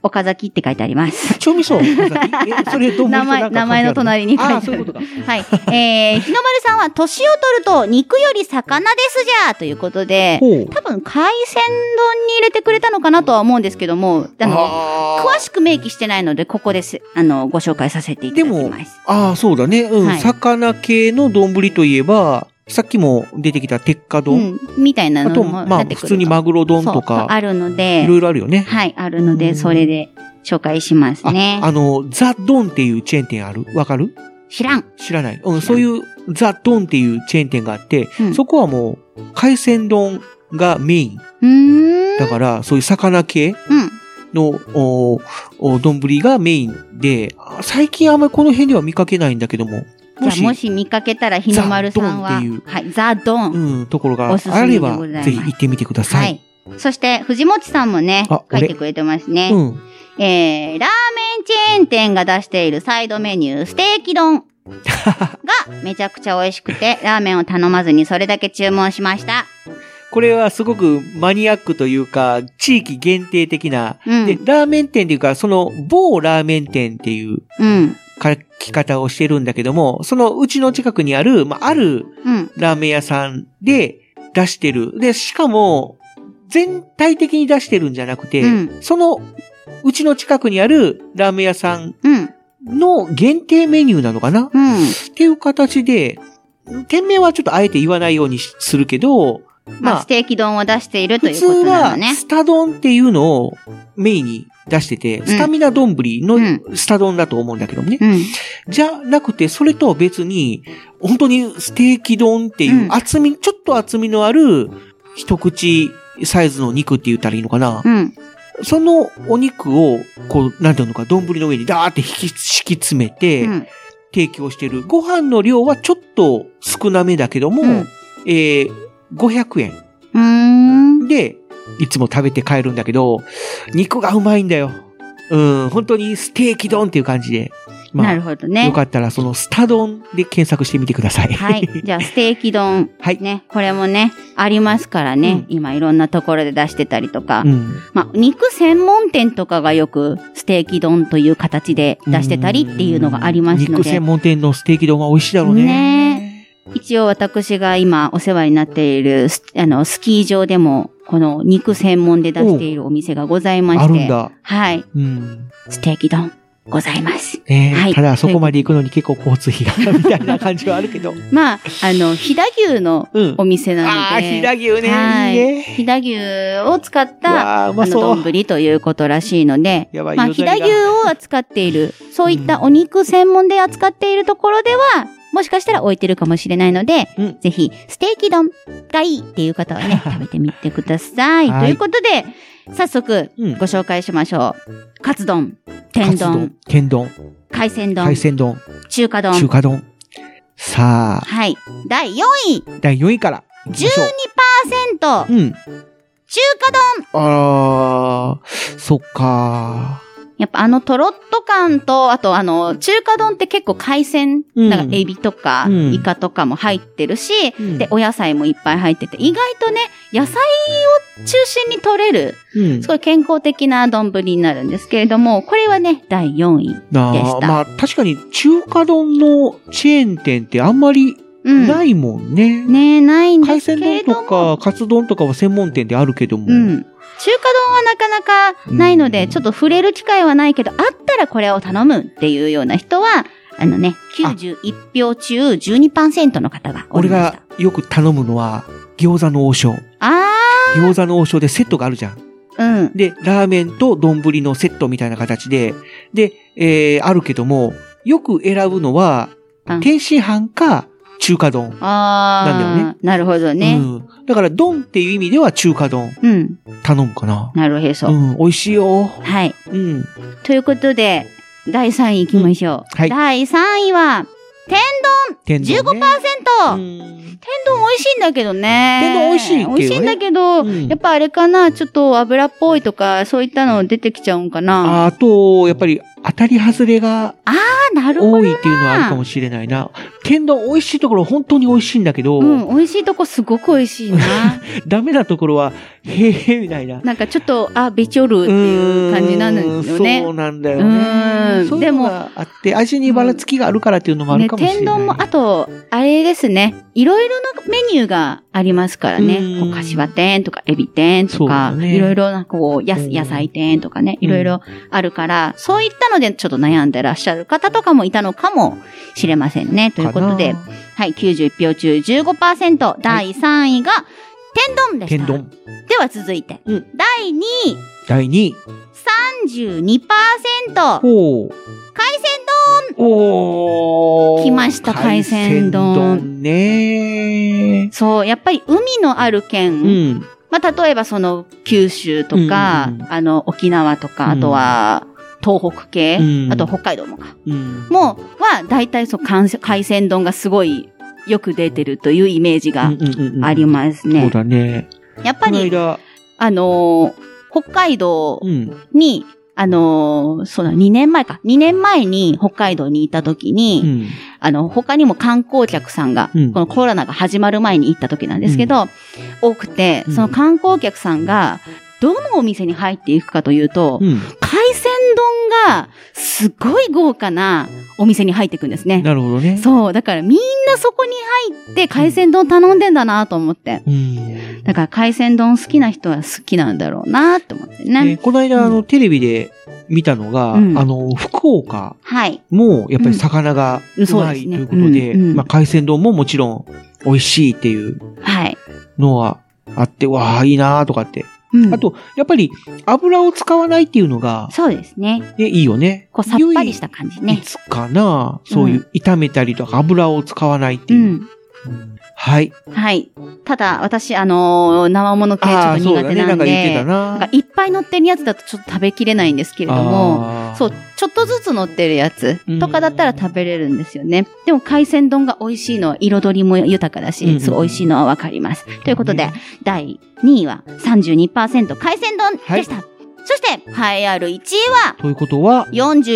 Speaker 4: 岡崎って書いてあります。 [laughs]
Speaker 3: 調味噌。え、それどうもう
Speaker 4: 名
Speaker 3: 一個な
Speaker 4: 前、
Speaker 3: んか
Speaker 4: 名前の
Speaker 3: 関係ある
Speaker 4: 隣に書いて
Speaker 3: あ
Speaker 4: あ
Speaker 3: あ、
Speaker 4: る。
Speaker 3: そういうことか。
Speaker 4: はい。えー、日の丸さんは、年を取ると肉より魚ですじゃということで、
Speaker 3: ほう。
Speaker 4: 多分海鮮丼に入れてくれたのかなとは思うんですけども、あの、
Speaker 3: あ
Speaker 4: 詳しく明記してないので、ここです、あの、ご紹介させていただきます。
Speaker 3: あああ、そうだね。うん。
Speaker 4: はい
Speaker 3: 魚系の丼といえば、さっきも出てきた鉄火
Speaker 4: う
Speaker 3: 丼。
Speaker 4: ん、みたいな
Speaker 3: あ
Speaker 4: の
Speaker 3: と、
Speaker 4: も
Speaker 3: ま
Speaker 4: な
Speaker 3: あ、
Speaker 4: ってく
Speaker 3: 普
Speaker 4: ると
Speaker 3: 通にマグロ丼と
Speaker 4: そう
Speaker 3: か、
Speaker 4: あるの
Speaker 3: い
Speaker 4: で、
Speaker 3: ろいろあるよね。
Speaker 4: はい、あるので、それで紹介しますね。
Speaker 3: あの、ザ・ドンっていうチェーン店あるわかる
Speaker 4: 知らん。
Speaker 3: 知らない。うん、そういうザ・ドンっていうチェーン店があって、
Speaker 4: うん
Speaker 3: そこはもう、海鮮丼がメイン。
Speaker 4: うーん。
Speaker 3: だから、そういう魚系
Speaker 4: うん。
Speaker 3: の、お、お、丼がメインで、あ最近あんまりこの辺では見かけないんだけども、
Speaker 4: じゃ
Speaker 3: も
Speaker 4: あ、も
Speaker 3: し、
Speaker 4: し見かけたら、日の丸さんは、
Speaker 3: ザドンっていう
Speaker 4: はい、ザ・ドン。
Speaker 3: うん、ところが
Speaker 4: おすすめ
Speaker 3: あれば
Speaker 4: でございま、す
Speaker 3: ぜひ行ってみてくださ。
Speaker 4: はいい。そして、藤本さんもね
Speaker 3: あ、
Speaker 4: 書
Speaker 3: 俺
Speaker 4: いてくれてますね。
Speaker 3: うん。
Speaker 4: えー、ラーメンチェーン店が出しているサイドメニュー、ステーキ
Speaker 3: [laughs]
Speaker 4: 丼がめちゃくちゃ美味しくて、ラーメンを頼まずにそれだけ注文しました。
Speaker 3: これはすごくマニアックというか、地域限定的な、
Speaker 4: う
Speaker 3: で、
Speaker 4: ん。
Speaker 3: ラーメン店っていうか、その某ラーメン店っていう
Speaker 4: うん。
Speaker 3: 書き方をしてるんだけども、そのうちの近くにある、まあ、ある
Speaker 4: うん。
Speaker 3: ラーメン屋さんで出してる。で、しかも、全体的に出してるんじゃなくて、
Speaker 4: うん
Speaker 3: そのうちの近くにあるラーメン屋さん [laughs]
Speaker 4: うん。
Speaker 3: の限定メニューなのかな、
Speaker 4: うん。
Speaker 3: っていう形で、店名はちょっとあえて言わないようにしするけど、
Speaker 4: ま
Speaker 3: ま
Speaker 4: あ、
Speaker 3: あ
Speaker 4: ス、テーキ丼を出していると
Speaker 3: 普
Speaker 4: いう
Speaker 3: 通
Speaker 4: ことなの
Speaker 3: は
Speaker 4: ね、。
Speaker 3: スタ丼っていうのをメインに出してて、スタミナ丼
Speaker 4: うん
Speaker 3: のスタ丼だと思うんだけどもね。
Speaker 4: うん。
Speaker 3: じゃなくて、それとは別に、本当にステーキ丼っていううん厚み、ちょっと厚みのある一口サイズの肉って言ったらいいのかな、
Speaker 4: うん。
Speaker 3: そのお肉を、こう、なんていうのか、丼の上にダーって引き敷き詰めて
Speaker 4: うん。
Speaker 3: 提供してる。ご飯の量はちょっと少なめだけども、
Speaker 4: うん
Speaker 3: えー、500円。
Speaker 4: うーん。
Speaker 3: で、いつも食べて帰るんだけど、肉がうまいんだよ。うん、本当にステーキ丼っていう感じで。まあ
Speaker 4: なるほどね。
Speaker 3: よかったら、そのスタ丼で検索してみてください。
Speaker 4: はい。じゃあ、ステーキ丼。
Speaker 3: はい
Speaker 4: ね。これもね、ありますからね。
Speaker 3: うん
Speaker 4: 今、いろんなところで出してたりとか。
Speaker 3: [laughs] うん。
Speaker 4: まあ、肉専門店とかがよく、ステーキ丼という形で出してたりっていうのがありますの
Speaker 3: 肉専
Speaker 4: で。
Speaker 3: 門店のステーキ丼は美味しいだろうね。
Speaker 4: ね一応、私が今、お世話になっているス、あの、スキー場でも、この肉専門で出しているお店がございまして。
Speaker 3: あるんだ。
Speaker 4: はい。
Speaker 3: うん。
Speaker 4: ステーキ丼、ございます。
Speaker 3: ね
Speaker 4: はい
Speaker 3: ただ、そこまで行くのに結構交通費が、みたいな感じはあるけど。
Speaker 4: まあ、あ
Speaker 3: [laughs]
Speaker 4: の、飛騨牛の
Speaker 3: うん
Speaker 4: お。店なので。
Speaker 3: ああ、飛騨牛ね。
Speaker 4: はい
Speaker 3: いいね。
Speaker 4: 飛騨牛を使った、あ
Speaker 3: わあ、うま
Speaker 4: の、
Speaker 3: そう。
Speaker 4: 丼ということらしいので、
Speaker 3: やばい、
Speaker 4: まあ、
Speaker 3: 色
Speaker 4: 飛
Speaker 3: 材
Speaker 4: 騨
Speaker 3: が
Speaker 4: 牛を扱ってい
Speaker 3: [laughs]
Speaker 4: る、そういったお肉専門で扱っているところでは、もしかしたら置いてるかもしれないので、
Speaker 3: うん
Speaker 4: ぜひ、ステーキ丼がいいっていう方は
Speaker 3: [laughs]
Speaker 4: ね、食べてみてください。
Speaker 3: はい
Speaker 4: ということで、早速、
Speaker 3: うん
Speaker 4: ご紹介しましょう。カツ丼、天
Speaker 3: カツ
Speaker 4: 丼、。
Speaker 3: 天丼。
Speaker 4: 海鮮丼
Speaker 3: 海、鮮丼。
Speaker 4: 中華
Speaker 3: 中
Speaker 4: 丼。
Speaker 3: 華丼。さあ、
Speaker 4: はい。第4位、
Speaker 3: 第4位から。行きましょう
Speaker 4: 12%、
Speaker 3: うん。
Speaker 4: 中華丼。
Speaker 3: ああ、そっか。
Speaker 4: やっぱあのトロッと感と、あとあの、中華丼って結構海鮮、
Speaker 3: うん
Speaker 4: なんかエビとか、
Speaker 3: うん
Speaker 4: イカとかも入ってるし、
Speaker 3: うん
Speaker 4: で、お野菜もいっぱい入ってて、意外とね、野菜を中心に取れる、
Speaker 3: うん
Speaker 4: すごい健康的な丼になるんですけれども、これはね、第4位。
Speaker 3: な
Speaker 4: でした
Speaker 3: あまあ確かに中華丼のチェーン店ってあんまり
Speaker 4: うん。
Speaker 3: な
Speaker 4: ね
Speaker 3: いもんね。
Speaker 4: え、ないんで
Speaker 3: 海
Speaker 4: す
Speaker 3: 鮮
Speaker 4: けれ
Speaker 3: 丼
Speaker 4: ど
Speaker 3: と
Speaker 4: も。
Speaker 3: かカツ丼とかは専門店であるけども。
Speaker 4: うん。中華丼はなかなかないので、ちょっと触れる機会はないけど、あったらこれを頼むっていうような人は、あのね、91票中12%の方がお
Speaker 3: 俺
Speaker 4: りまし
Speaker 3: が
Speaker 4: た。
Speaker 3: よく頼むのは餃子の王将。
Speaker 4: あ
Speaker 3: 餃子の王将でセットがあるじゃん。
Speaker 4: ー、うん。
Speaker 3: で、ラーメンと丼のセットみたいな形で。で、えー、あるけども、よく選ぶのは
Speaker 4: うん、
Speaker 3: 天津飯か中華丼。
Speaker 4: あ
Speaker 3: なんだ
Speaker 4: ー、
Speaker 3: よ
Speaker 4: なるほど
Speaker 3: う
Speaker 4: ね。
Speaker 3: ん。だから、丼っていう意味では中華丼
Speaker 4: うん、
Speaker 3: 頼むかな。
Speaker 4: なるへそ。
Speaker 3: うん、美味しいよ。
Speaker 4: はい。
Speaker 3: うん。
Speaker 4: ということで、第3位行きましょう。
Speaker 3: うんは
Speaker 4: 第
Speaker 3: い
Speaker 4: 3位は、天
Speaker 3: 天
Speaker 4: 丼
Speaker 3: 丼、ね。
Speaker 4: 15%、
Speaker 3: うん
Speaker 4: 天丼美味しいんだけどね。
Speaker 3: 天丼美味しいけどね
Speaker 4: 美味しいんだけど、
Speaker 3: うん
Speaker 4: やっぱあれかな、ちょっと油っぽいとか、そういったの出てきちゃうんかな。あ
Speaker 3: ああと、やっぱり当たり外れが
Speaker 4: なるほ
Speaker 3: 多
Speaker 4: ど。
Speaker 3: いっていうのはあるかもしれないな。剣丼美味しいところ本当に美味しいんだけど、
Speaker 4: うん、美味しいとこすごく美味しいな。
Speaker 3: [laughs] ダメなところは、へえへえみたいな。
Speaker 4: なんかちょっと、あ、べちょるっていう感じなんですよ
Speaker 3: うーんそ
Speaker 4: ね
Speaker 3: う。なんだよね
Speaker 4: う。ん
Speaker 3: そういうのがあって、味にばらつきがあるからっていうのもある
Speaker 4: ね、
Speaker 3: かもしれない。
Speaker 4: 天丼も、あと、あれですね。いろいろなメニューがありますから
Speaker 3: う
Speaker 4: ね。
Speaker 3: ん
Speaker 4: こう、かしわ天とか、エビ天
Speaker 3: そ
Speaker 4: と
Speaker 3: うだ
Speaker 4: か、
Speaker 3: ね
Speaker 4: いろいろな、こう、やす
Speaker 3: うん
Speaker 4: 野菜天とかね、
Speaker 3: うん
Speaker 4: いろいろあるから、そういったので、ちょっと悩んでらっしゃる方とかもいたのかもしれませんね。ということで
Speaker 3: か、な、
Speaker 4: はい、91票中15%、第3位が、天丼でした。
Speaker 3: 天丼。
Speaker 4: では続いて、
Speaker 3: うん
Speaker 4: 第2位、
Speaker 3: 第2位。
Speaker 4: 32%、海
Speaker 3: ほう。
Speaker 4: 鮮
Speaker 3: おー。
Speaker 4: 来ました海鮮丼
Speaker 3: 海鮮丼ね
Speaker 4: そう、やっぱり海のある県、
Speaker 3: うん。
Speaker 4: まあ、例えばその九州とか、
Speaker 3: うんうんうん
Speaker 4: あの沖縄とか、
Speaker 3: うん
Speaker 4: あとは東北系、
Speaker 3: うん
Speaker 4: あと北海道もか、
Speaker 3: うん。
Speaker 4: もうは大体そう海鮮海鮮丼がすごいよく出てるというイメージが
Speaker 3: うんうんうん
Speaker 4: ありますね。
Speaker 3: そうだね。
Speaker 4: やっぱ
Speaker 3: この
Speaker 4: り、
Speaker 3: 間、
Speaker 4: あのー北海道
Speaker 3: うん。
Speaker 4: に、あのーそうだ、2年前か。2年前に北海道に行った時に、
Speaker 3: うん。
Speaker 4: あの、他にも観光客さんが、
Speaker 3: うん
Speaker 4: このコロナが始まる前に行った時なんですけど、多くて、
Speaker 3: うん
Speaker 4: その観光客さんが、どのお店に入っていくかというと、
Speaker 3: うん。
Speaker 4: 海鮮丼が、すごい豪華なお店に入っていくんですね。
Speaker 3: なるほどね。
Speaker 4: そう、だからみんなそこに入って海鮮丼頼んでんだなと思って。
Speaker 3: うん。
Speaker 4: だから海鮮丼好きな人は好きなんだろうなと思って
Speaker 3: え
Speaker 4: ね。
Speaker 3: ーこの間、あの、テレビで見たのが、あ
Speaker 4: うん
Speaker 3: の、福岡
Speaker 4: はい。
Speaker 3: も、やっぱり魚が
Speaker 4: うん
Speaker 3: う
Speaker 4: そう
Speaker 3: ま
Speaker 4: で
Speaker 3: い
Speaker 4: すね
Speaker 3: ということで、
Speaker 4: うんうん
Speaker 3: まあ、海鮮丼ももちろん美味しいっていう
Speaker 4: はい。
Speaker 3: のはあって、わあ、いいなーとかって。
Speaker 4: うん
Speaker 3: あ、と、やっぱり、油を使わないっていうのが、
Speaker 4: そうですね。
Speaker 3: ね、いいよね。
Speaker 4: こう、さっぱりした感じ
Speaker 3: い
Speaker 4: ね。
Speaker 3: つかな、そういう、炒めたりとか油を使わないって
Speaker 4: う
Speaker 3: いう。
Speaker 4: ん。
Speaker 3: はい。
Speaker 4: はい。ただ、私、あのー生もの系ちょ
Speaker 3: あ
Speaker 4: っと
Speaker 3: あ、そう
Speaker 4: 苦
Speaker 3: だ
Speaker 4: 手
Speaker 3: ね。
Speaker 4: な
Speaker 3: なん
Speaker 4: ん
Speaker 3: か言って
Speaker 4: で、
Speaker 3: たな。
Speaker 4: なんかいっぱい乗ってるやつだとちょっと食べきれないんですけれども、
Speaker 3: あー
Speaker 4: そう、ちょっとずつ乗ってるやつとかだったら食べれるんですよね。でも海鮮丼が美味しいのは彩りも豊かだ
Speaker 3: うんう
Speaker 4: し、
Speaker 3: ん
Speaker 4: すごい美味しいのはわかります。ということで、第2位は32%海鮮丼でした。そして、栄えある1位は
Speaker 3: ということは、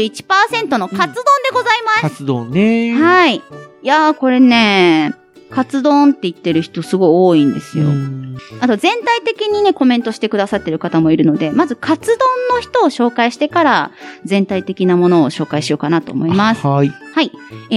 Speaker 4: 41%のカツ丼でございます。
Speaker 3: カツ丼ね。
Speaker 4: はい。いやー、これね、カツ丼って言ってる人すごい多いんですよ。
Speaker 3: うん
Speaker 4: あと全体的にね、コメントしてくださってる方もいるので、まずカツ丼の人を紹介してから、全体的なものを紹介しようかなと思います。
Speaker 3: はい。
Speaker 4: はい。え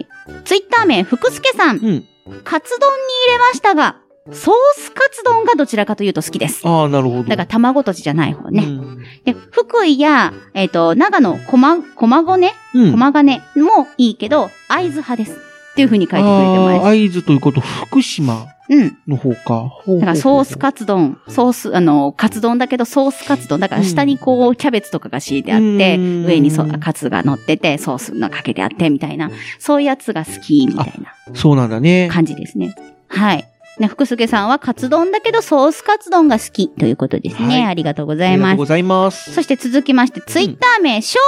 Speaker 4: ー、ツイッター名、福助さん、
Speaker 3: うん。
Speaker 4: カツ丼に入れましたが、ソースカツ丼がどちらかというと好きです。
Speaker 3: ああ、なるほど。
Speaker 4: だから卵とじじゃない方ね。
Speaker 3: うん。
Speaker 4: で、福井や、えっ、と、長野、駒、駒子ね、
Speaker 3: うん。
Speaker 4: 駒ヶ根もいいけど、会津派です。っていう風に書いてくれて
Speaker 3: ああ、
Speaker 4: ます。
Speaker 3: 合図ということ、福島
Speaker 4: うん。
Speaker 3: の方か。ほうほうほう
Speaker 4: だからソースカツ丼、ソース、あの、カツ丼だけどソースカツ丼。だから下にこう、キャベツとかが敷いてあって、
Speaker 3: うん
Speaker 4: 上にそカツが乗ってて、ソースのかけてあって、みたいな。そういうやつが好き、みたいな
Speaker 3: そうなんだね。
Speaker 4: 感じですね。はい。ね、福助さんはカツ丼だけどソースカツ丼が好きということですね。
Speaker 3: はい
Speaker 4: ありがとうご
Speaker 3: あ
Speaker 4: ざい
Speaker 3: りがと
Speaker 4: ま
Speaker 3: うご
Speaker 4: す。
Speaker 3: ざいます。
Speaker 4: そして続きまして、ツイッター名、翔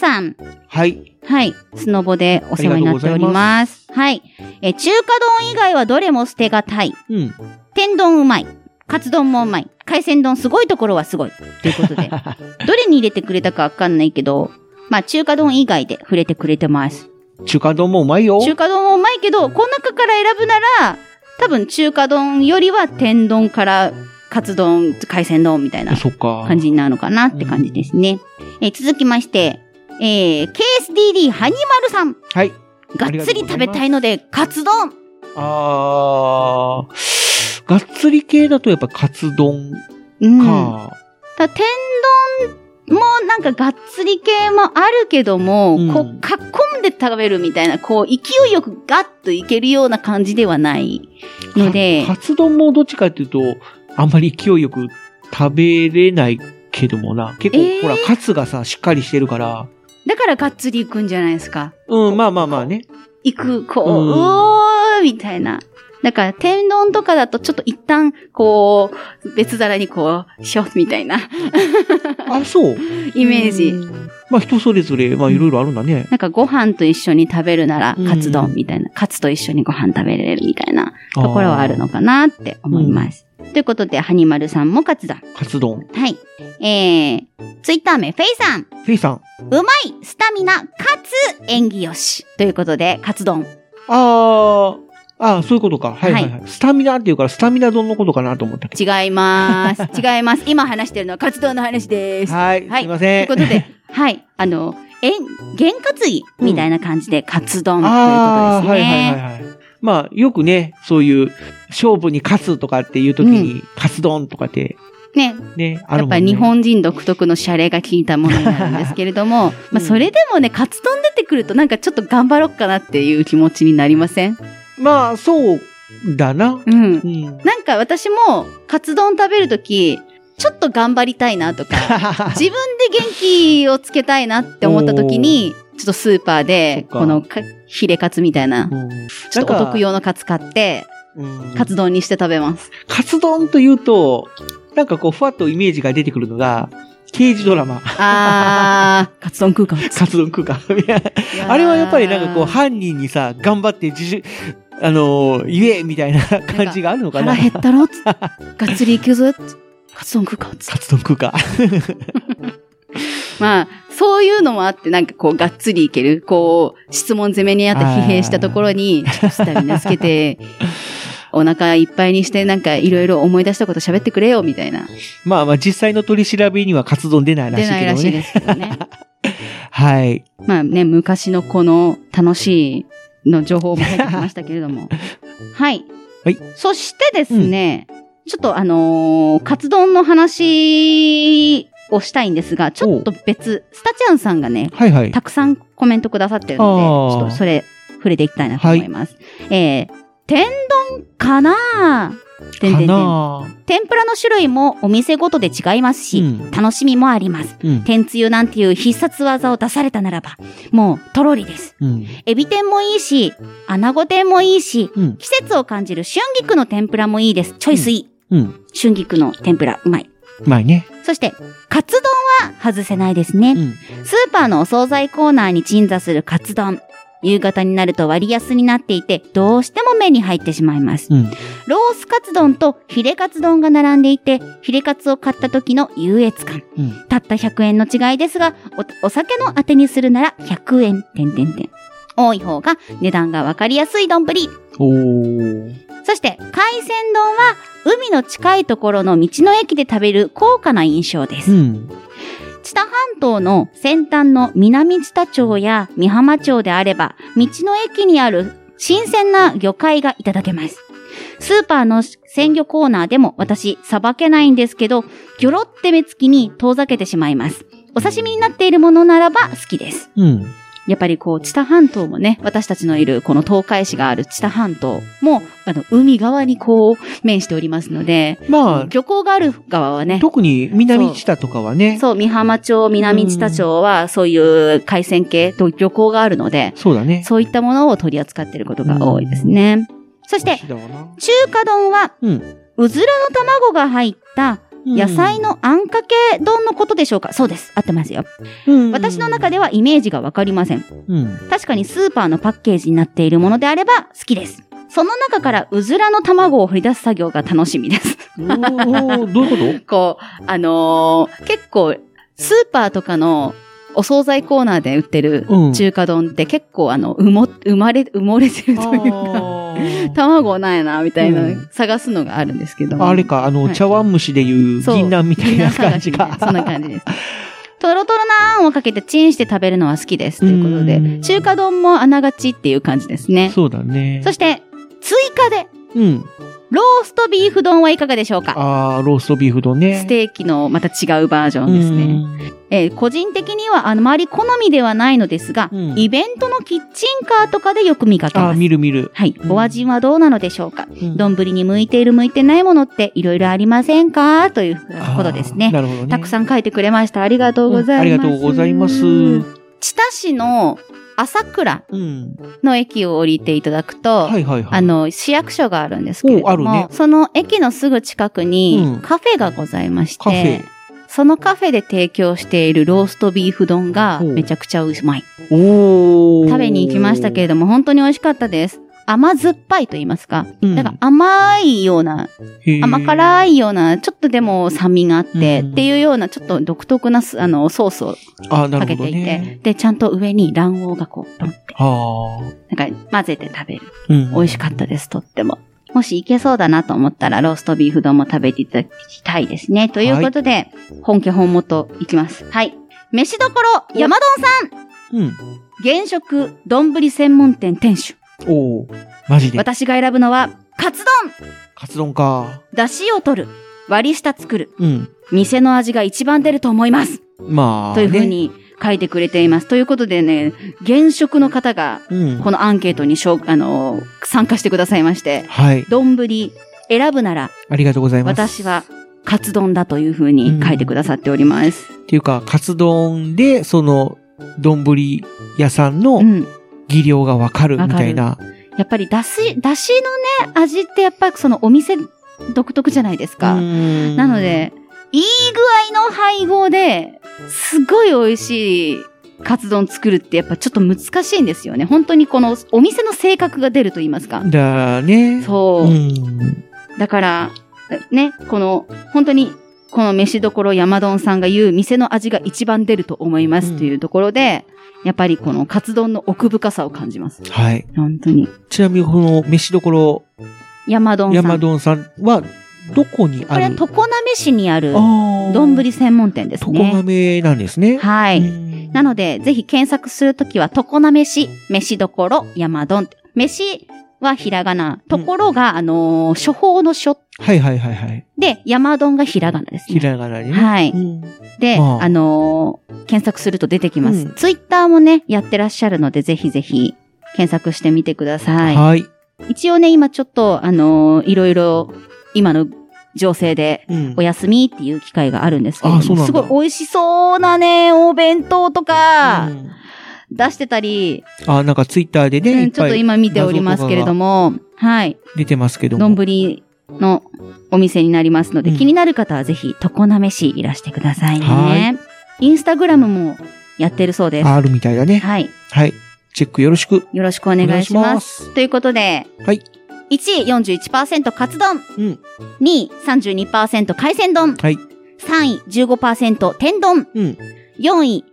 Speaker 4: さん。
Speaker 3: はい。
Speaker 4: はい。スノボでお世話になっております。はい。え、中華丼以外はどれも捨てがたい。
Speaker 3: うん。
Speaker 4: 天丼うまい。カツ丼もうまい。海鮮丼すごいところはすごい。ということで。どれに入れてくれたかわかんないけど、まあ中華丼以外で触れてくれてます。
Speaker 3: 中華丼もうまいよ。
Speaker 4: 中華丼もうまいけど、この中から選ぶなら、多分中華丼よりは天丼からカツ丼、海鮮丼みたいな
Speaker 3: そっか。
Speaker 4: 感じになるのかなって感じですね。えー続きまして、えー、KSDD ハニマルさん。
Speaker 3: はい。
Speaker 4: がっつり食べたいので、カツ丼
Speaker 3: あー。がっつり系だとやっぱカツ丼
Speaker 4: うん。
Speaker 3: か。
Speaker 4: だ天丼もなんかがっつり系もあるけども、
Speaker 3: うん
Speaker 4: こう、かっこんで食べるみたいな、こう、勢いよくガッといけるような感じではないので
Speaker 3: か、カツ丼もどっちかっていうと、あんまり勢いよく食べれないけどもな。結構、
Speaker 4: えー
Speaker 3: ほら、カツがさ、しっかりしてるから。
Speaker 4: だからがっつり行くんじゃないですか。
Speaker 3: うん、まあまあまあね。
Speaker 4: 行く、こう、
Speaker 3: うん
Speaker 4: うおーみたいな。だから、天丼とかだとちょっと一旦、こう、別皿にこう、しようみたいな
Speaker 3: あ、そう。
Speaker 4: イメージ。
Speaker 3: まあ人それぞれ、まあいろいろあるんだね。
Speaker 4: なんかご飯と一緒に食べるなら
Speaker 3: うん
Speaker 4: カツ丼みたいな、カツと一緒にご飯食べれるみたいなところはあるのかなって思います。ということで、ハニマルさんもカツだ。
Speaker 3: あー。カツ丼。
Speaker 4: はい。えー、ツイッター名、フェイさん。
Speaker 3: フェイさん。
Speaker 4: うまい、スタミナ、かつ、演技よし。ということで、カツ丼。
Speaker 3: あー。あーそういうことか。はいはいはい。スタミナっていうから、スタミナ丼のことかなと思ったけ
Speaker 4: 違い
Speaker 3: [laughs]
Speaker 4: ます。違います。今話してるのは活動の話です。
Speaker 3: ど。はい。
Speaker 4: はい
Speaker 3: すいません。
Speaker 4: ということで、はい、あの、えん、験担ぎみたいな感じで、カツ丼という
Speaker 3: あ
Speaker 4: こと
Speaker 3: あ
Speaker 4: です
Speaker 3: ー、はい
Speaker 4: ね。
Speaker 3: はいはいはい。まあ、よくね、そういう、勝負に勝つとかっていう時に、カツ丼とかって、
Speaker 4: ね、
Speaker 3: ね、あ
Speaker 4: や
Speaker 3: る
Speaker 4: っ
Speaker 3: もん
Speaker 4: ぱ
Speaker 3: ね。
Speaker 4: り日本人独特のシャレが効いたものになるんですけれど
Speaker 3: [laughs]
Speaker 4: も、まあそれでもね、カツ丼出てくるとなんかちょっと頑張ろっかなっていう気持ちになりません
Speaker 3: まあ、そうだな。
Speaker 4: うん
Speaker 3: う。ん。
Speaker 4: なんか私も、カツ丼食べるとき、ちょっと頑張りたいなと
Speaker 3: [laughs]
Speaker 4: か、自分で元気をつけたいなって思ったときに、ちょっとスーパーで、
Speaker 3: そっか
Speaker 4: このかヒレカツみたいな、
Speaker 3: うん
Speaker 4: ちょっとお得用のカツ買って、
Speaker 3: うん
Speaker 4: カツ丼にして食べ
Speaker 3: [laughs]
Speaker 4: ます。
Speaker 3: カツ丼というと、なんかこう、ふわっとイメージが出てくるのが、刑事
Speaker 4: [laughs]
Speaker 3: ドラマ、
Speaker 4: あー、カツ丼食うか。
Speaker 3: カツ丼食
Speaker 4: [laughs]
Speaker 3: うか。あれはやっぱりなんかこう、犯人にさ、頑張って自主、あのー言えみたいな感じがあるのかな。
Speaker 4: 腹減ったろっつってがっつりいくぞっつってカツ丼食うかっつって
Speaker 3: カツ丼食うか。 [laughs]
Speaker 4: まあ、そういうのもあって、なんかこう、がっつりいける。こう、質問攻めにあった疲弊したところに、ちょっとスタミナつけ
Speaker 3: [laughs]
Speaker 4: て、お腹いっぱいにして、なんかいろいろ思い出したこと喋ってくれよ、みたいな。
Speaker 3: まあまあ、実際の取り調べにはカツ丼出ないらしい
Speaker 4: 出ない
Speaker 3: け
Speaker 4: ら
Speaker 3: ど
Speaker 4: しい
Speaker 3: ね。
Speaker 4: ですけどね。
Speaker 3: はい。
Speaker 4: まあね、昔のこの楽しいの情報も入ってきましたけれど
Speaker 3: [laughs]
Speaker 4: も。はい。
Speaker 3: はい
Speaker 4: そしてですね、ちょっとあのーカツ丼の話をしたいんですが、ちょっと別、スタチャンさんがね、
Speaker 3: はいはい。
Speaker 4: たくさんコメントくださってるので、
Speaker 3: あ
Speaker 4: ち
Speaker 3: ー
Speaker 4: ょっとそれ、触れていきたいなと思います。えー、天丼かなてんてんてん
Speaker 3: かな
Speaker 4: 天ぷらの種類もお店ごとで違いますし、
Speaker 3: うん
Speaker 4: 楽しみもあります。
Speaker 3: うん。
Speaker 4: 天つゆなんていう必殺技を出されたならば、もうとろりです。
Speaker 3: うん。
Speaker 4: エビ天もいいし、穴子天もいいし、
Speaker 3: うん。
Speaker 4: 季節を感じる春菊の天ぷらもいいです。チョイスいい。
Speaker 3: うん。
Speaker 4: 春菊の天ぷら、うまい。
Speaker 3: うまいね。
Speaker 4: そして、カツ丼は外せないですね。
Speaker 3: うん。
Speaker 4: スーパーのお惣菜コーナーに鎮座するカツ丼。夕方になると割安になっていて、どうしても目に入ってしまいます。
Speaker 3: うん。
Speaker 4: ロースカツ丼とヒレカツ丼が並んでいて、ヒレカツを買った時の優越感。
Speaker 3: うん。
Speaker 4: たった100円の違いですが、おお酒のあてにするなら100円、点点点。多い方が値段がわかりやすい丼。
Speaker 3: おー。
Speaker 4: そして、海鮮丼は海の近いところの道の駅で食べる高価な印象です
Speaker 3: う。ん。
Speaker 4: 知多半島の先端の南知多町や美浜町であれば、道の駅にある新鮮な魚介がいただけます。スーパーの鮮魚コーナーでも私、さばけないんですけど、ギョロって目つきに遠ざけてしまいます。お刺身になっているものならば好きです。
Speaker 3: うん。
Speaker 4: やっぱりこう、知多半島もね、私たちのいるこの東海市がある知多半島も、あの、海側にこう、面しておりますので、
Speaker 3: ま
Speaker 4: 漁港がある側はね
Speaker 3: あ、、特に南知多とかはね。
Speaker 4: そう、美浜町、南知多町は、そういう海鮮系と漁港があるので、
Speaker 3: そうだね。
Speaker 4: そういったものを取り扱っていることが多いですね。そして、
Speaker 3: 美味いだわな
Speaker 4: 中華丼は、
Speaker 3: う
Speaker 4: うんずらの卵が入った野菜のあんかけ丼のことでしょうか、そうです。合ってますよ。
Speaker 3: うん
Speaker 4: 私の中ではイメージがわかりません。
Speaker 3: うん。
Speaker 4: 確かにスーパーのパッケージになっているものであれば好きです。その中からうずらの卵を掘り出す作業が楽しみです。
Speaker 3: おーどういうこ
Speaker 4: こう、あのー結構、スーパーとかのお惣菜コーナーで売ってる
Speaker 3: うん
Speaker 4: 中華丼って結構あの、うも、生まれ、埋もれてるというか、
Speaker 3: と
Speaker 4: 卵ないな、みたいな
Speaker 3: うん
Speaker 4: 探すのがあるんですけども。
Speaker 3: [laughs] あれか、あの、
Speaker 4: はい
Speaker 3: 茶碗蒸しでいう
Speaker 4: そう
Speaker 3: 銀杏みたいな感じ
Speaker 4: みんな探しみたいな
Speaker 3: が。
Speaker 4: そんな感じです。とろとろなあんをかけてチンして食べるのは好きです。ということ
Speaker 3: う
Speaker 4: で、
Speaker 3: ん
Speaker 4: 中華丼もあながちっていう感じですね。
Speaker 3: そうだね。
Speaker 4: そして、追加で、
Speaker 3: うん。
Speaker 4: ローストビーフ丼はいかがでしょうか
Speaker 3: あーローストビーフ丼ね。
Speaker 4: ステーキのまた違うバージョンですね。えー個人的にはあまり好みではないのですが、
Speaker 3: うん
Speaker 4: イベントのキッチンカーとかでよく見かけ
Speaker 3: あ
Speaker 4: ま
Speaker 3: ー
Speaker 4: す。
Speaker 3: 見る見る。
Speaker 4: はい。
Speaker 3: うん
Speaker 4: お味はどうなのでしょうか
Speaker 3: うん
Speaker 4: 丼、に向いている向いてないものっていろいろありませんかということです
Speaker 3: あー
Speaker 4: ね。
Speaker 3: なるほどね。
Speaker 4: たくさん書いてくれました。ありがとうございます。
Speaker 3: うんありがとうございます
Speaker 4: 知多市の朝倉
Speaker 3: うん。
Speaker 4: の駅を降りていただくと、
Speaker 3: はいはいはい。
Speaker 4: あの、市役所があるんですけれども、
Speaker 3: おあるね
Speaker 4: その駅のすぐ近く
Speaker 3: う
Speaker 4: に
Speaker 3: ん
Speaker 4: カフェがございまし
Speaker 3: カフ
Speaker 4: て、
Speaker 3: ェ。
Speaker 4: そのカフェで提供しているローストビーフ丼が
Speaker 3: ほう
Speaker 4: めちゃくちゃうまい。
Speaker 3: おー
Speaker 4: 食べに行きましたけれども、本当に美味しかったです。甘酸っぱいと言いますか。
Speaker 3: うん
Speaker 4: だから甘いような、
Speaker 3: へー
Speaker 4: 甘辛いような、ちょっとでも酸味があって、
Speaker 3: うん
Speaker 4: っていうような、ちょっと独特なすあのソースを
Speaker 3: あな
Speaker 4: かけ
Speaker 3: るほ
Speaker 4: て
Speaker 3: ど
Speaker 4: いて、
Speaker 3: ね。
Speaker 4: で、ちゃんと上に卵黄がこう、ドンって
Speaker 3: ああ。
Speaker 4: なんか混ぜて食べる。
Speaker 3: うん
Speaker 4: 美味しかったです、とっても。もしいけそうだなと思ったら、ローストビーフ丼も食べていただきたいですね。ということで、本家本元いきます。はい。飯どころ、山丼さん
Speaker 3: うん。
Speaker 4: 現職、丼専門店店主。
Speaker 3: おお。マジで。
Speaker 4: 私が選ぶのは、カツ丼
Speaker 3: カツ丼か。
Speaker 4: 出汁を取る。割り下作る。
Speaker 3: うん。
Speaker 4: 店の味が一番出ると思います。
Speaker 3: まあ。
Speaker 4: というふう
Speaker 3: ね。
Speaker 4: に書いてくれています。ということでね、現職の方が、
Speaker 3: うん。
Speaker 4: このアンケートにしょうあのー参加してくださいまして、
Speaker 3: はい。
Speaker 4: 丼選ぶなら、
Speaker 3: ありがとうございま
Speaker 4: 私
Speaker 3: す。
Speaker 4: は、カツ丼だというふうに書いてくださっております。
Speaker 3: っていうか、カツ丼で、その、丼屋さん
Speaker 4: う
Speaker 3: の
Speaker 4: ん。
Speaker 3: 技量がわかるみたいな。
Speaker 4: やっぱり、だし、だしのね、味ってやっぱそのお店独特じゃないですか。な
Speaker 3: な
Speaker 4: の、で、いい具合の配合で、すごい美味しいカツ丼作るってやっぱちょっと難しいんですよね。本当にこのお店の性格が出ると言いますか。
Speaker 3: だね。
Speaker 4: そう。
Speaker 3: うん。
Speaker 4: だから、ね、この、本当に、この飯どころ山丼さんが言う店の味が一番出ると思いま
Speaker 3: う
Speaker 4: す
Speaker 3: ん
Speaker 4: というところで、やっぱりこのカツ丼の奥深さを感じます。
Speaker 3: はい。
Speaker 4: 本当に。
Speaker 3: ちなみに、この、飯どころ、
Speaker 4: 山丼さん。
Speaker 3: 山丼さんは、どこに
Speaker 4: こ
Speaker 3: あ
Speaker 4: れは
Speaker 3: る
Speaker 4: 常滑市にある
Speaker 3: ああ。
Speaker 4: 丼専門店です
Speaker 3: 常
Speaker 4: ね。
Speaker 3: 滑なんですね。
Speaker 4: は。。
Speaker 3: はい
Speaker 4: なので、ぜひ検索するときは、常滑市、飯どころ、山丼。飯はひらがな。ところが、あのー処方の書
Speaker 3: はいはいはいはい。
Speaker 4: で、山丼がひらがなです
Speaker 3: ひ
Speaker 4: ね。
Speaker 3: らがなにね。
Speaker 4: はい。
Speaker 3: うん
Speaker 4: で、
Speaker 3: まあ
Speaker 4: あのー検索すると出てきます。
Speaker 3: うん
Speaker 4: ツイッターもね、やってらっしゃるので、ぜひぜひ検索してみてください。
Speaker 3: はい。
Speaker 4: 一応ね、今ちょっと、あのーいろいろ、今の情勢で、
Speaker 3: うん
Speaker 4: お休みっていう機会があるんですけれ
Speaker 3: あそ
Speaker 4: ど
Speaker 3: うな
Speaker 4: も、
Speaker 3: ん
Speaker 4: す
Speaker 3: だ
Speaker 4: ごい美味しそうなね、お弁当とか
Speaker 3: う、ん
Speaker 4: 出してたり、
Speaker 3: あ、なんかツイッターで
Speaker 4: うん
Speaker 3: ね、いっ
Speaker 4: ちょっ
Speaker 3: ぱ
Speaker 4: と
Speaker 3: い
Speaker 4: 今見ておりますけれども、はい、
Speaker 3: 出てますけども。
Speaker 4: 丼のお店になりますので、
Speaker 3: うん
Speaker 4: 気になる方はぜひ、常滑市いらしてください
Speaker 3: は
Speaker 4: ね。インスタグラムもやってるそうです。
Speaker 3: あるみたいだね。
Speaker 4: はい。
Speaker 3: はい。チェックよろしく。
Speaker 4: よろしくお願いし
Speaker 3: お
Speaker 4: ま。
Speaker 3: 願いしますす
Speaker 4: ということで、
Speaker 3: はい
Speaker 4: 1位41%カツ丼、
Speaker 3: うん
Speaker 4: 2位32%海鮮丼、
Speaker 3: はい。
Speaker 4: 3位15%天丼、
Speaker 3: うん
Speaker 4: 4位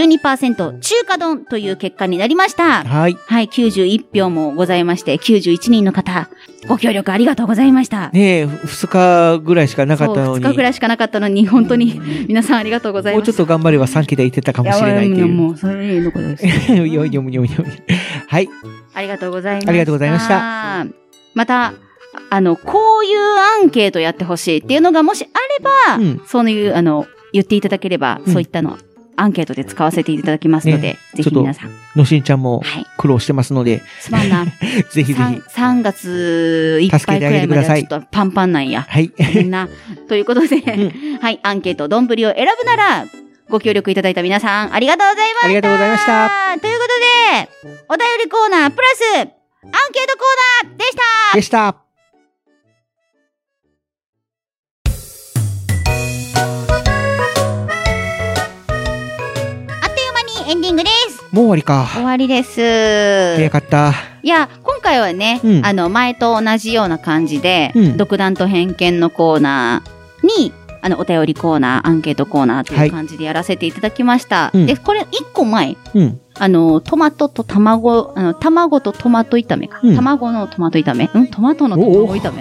Speaker 4: 12%中華丼という結果になりました。
Speaker 3: はい。
Speaker 4: はい、91票もございまして、91人の方、ご協力ありがとうございました。
Speaker 3: ねえ、2日ぐらいしかなかったのに。
Speaker 4: 2日ぐらいしかなかったのに、本当に皆さんありがとうござい
Speaker 3: もう
Speaker 4: ま
Speaker 3: ち
Speaker 4: す。
Speaker 3: ょっと頑張れば3桁いってたかもしれないってい
Speaker 4: やばも
Speaker 3: う。
Speaker 4: う、それいいのことです
Speaker 3: [laughs]
Speaker 4: よ。
Speaker 3: よいよむよむよむ。はい。
Speaker 4: ありがとうございました。。
Speaker 3: ありがとうございました
Speaker 4: また、あの、こういうアンケートやってほしいっていうのがもしあれば、
Speaker 3: うん
Speaker 4: そういう、あの、言っていただければ、
Speaker 3: うん
Speaker 4: そういったの、アンケートで使わせていただきますので、
Speaker 3: ね
Speaker 4: ぜひ皆さん、
Speaker 3: のしんちゃんも
Speaker 4: はい、
Speaker 3: 苦労してますので、
Speaker 4: すまんな、
Speaker 3: [laughs] ぜひぜひ
Speaker 4: 3,。3月いっぱいくらいまではちょっとパンパンなんや。
Speaker 3: はい。
Speaker 4: みん
Speaker 3: [laughs]
Speaker 4: な、ということで、
Speaker 3: ん
Speaker 4: はい、アンケート、丼を選ぶなら、ご協力いただいた皆さん、ありがとうございました
Speaker 3: ありがとうございました。
Speaker 4: ということで、お便りコーナープラス、アンケートコーナーでした
Speaker 3: でした。
Speaker 5: あっという間にエンディングです。
Speaker 3: もう終わりか。
Speaker 4: 終わりです。
Speaker 3: 早かった。
Speaker 4: いや、今回はね、
Speaker 3: うん
Speaker 4: あの、前と同じような感じで、
Speaker 3: うん
Speaker 4: 独断と偏見のコーナーに、あの、お便りコーナー、アンケートコーナーと
Speaker 3: はいいう
Speaker 4: 感じでやらせていただきました。
Speaker 3: うん
Speaker 4: で、これ、一個前、
Speaker 3: うん。
Speaker 4: あの、トマトと卵、あの、卵とトマト炒めか。
Speaker 3: うん
Speaker 4: 卵のトマト炒め。うんトマトの
Speaker 3: お
Speaker 4: 卵
Speaker 3: お
Speaker 4: 炒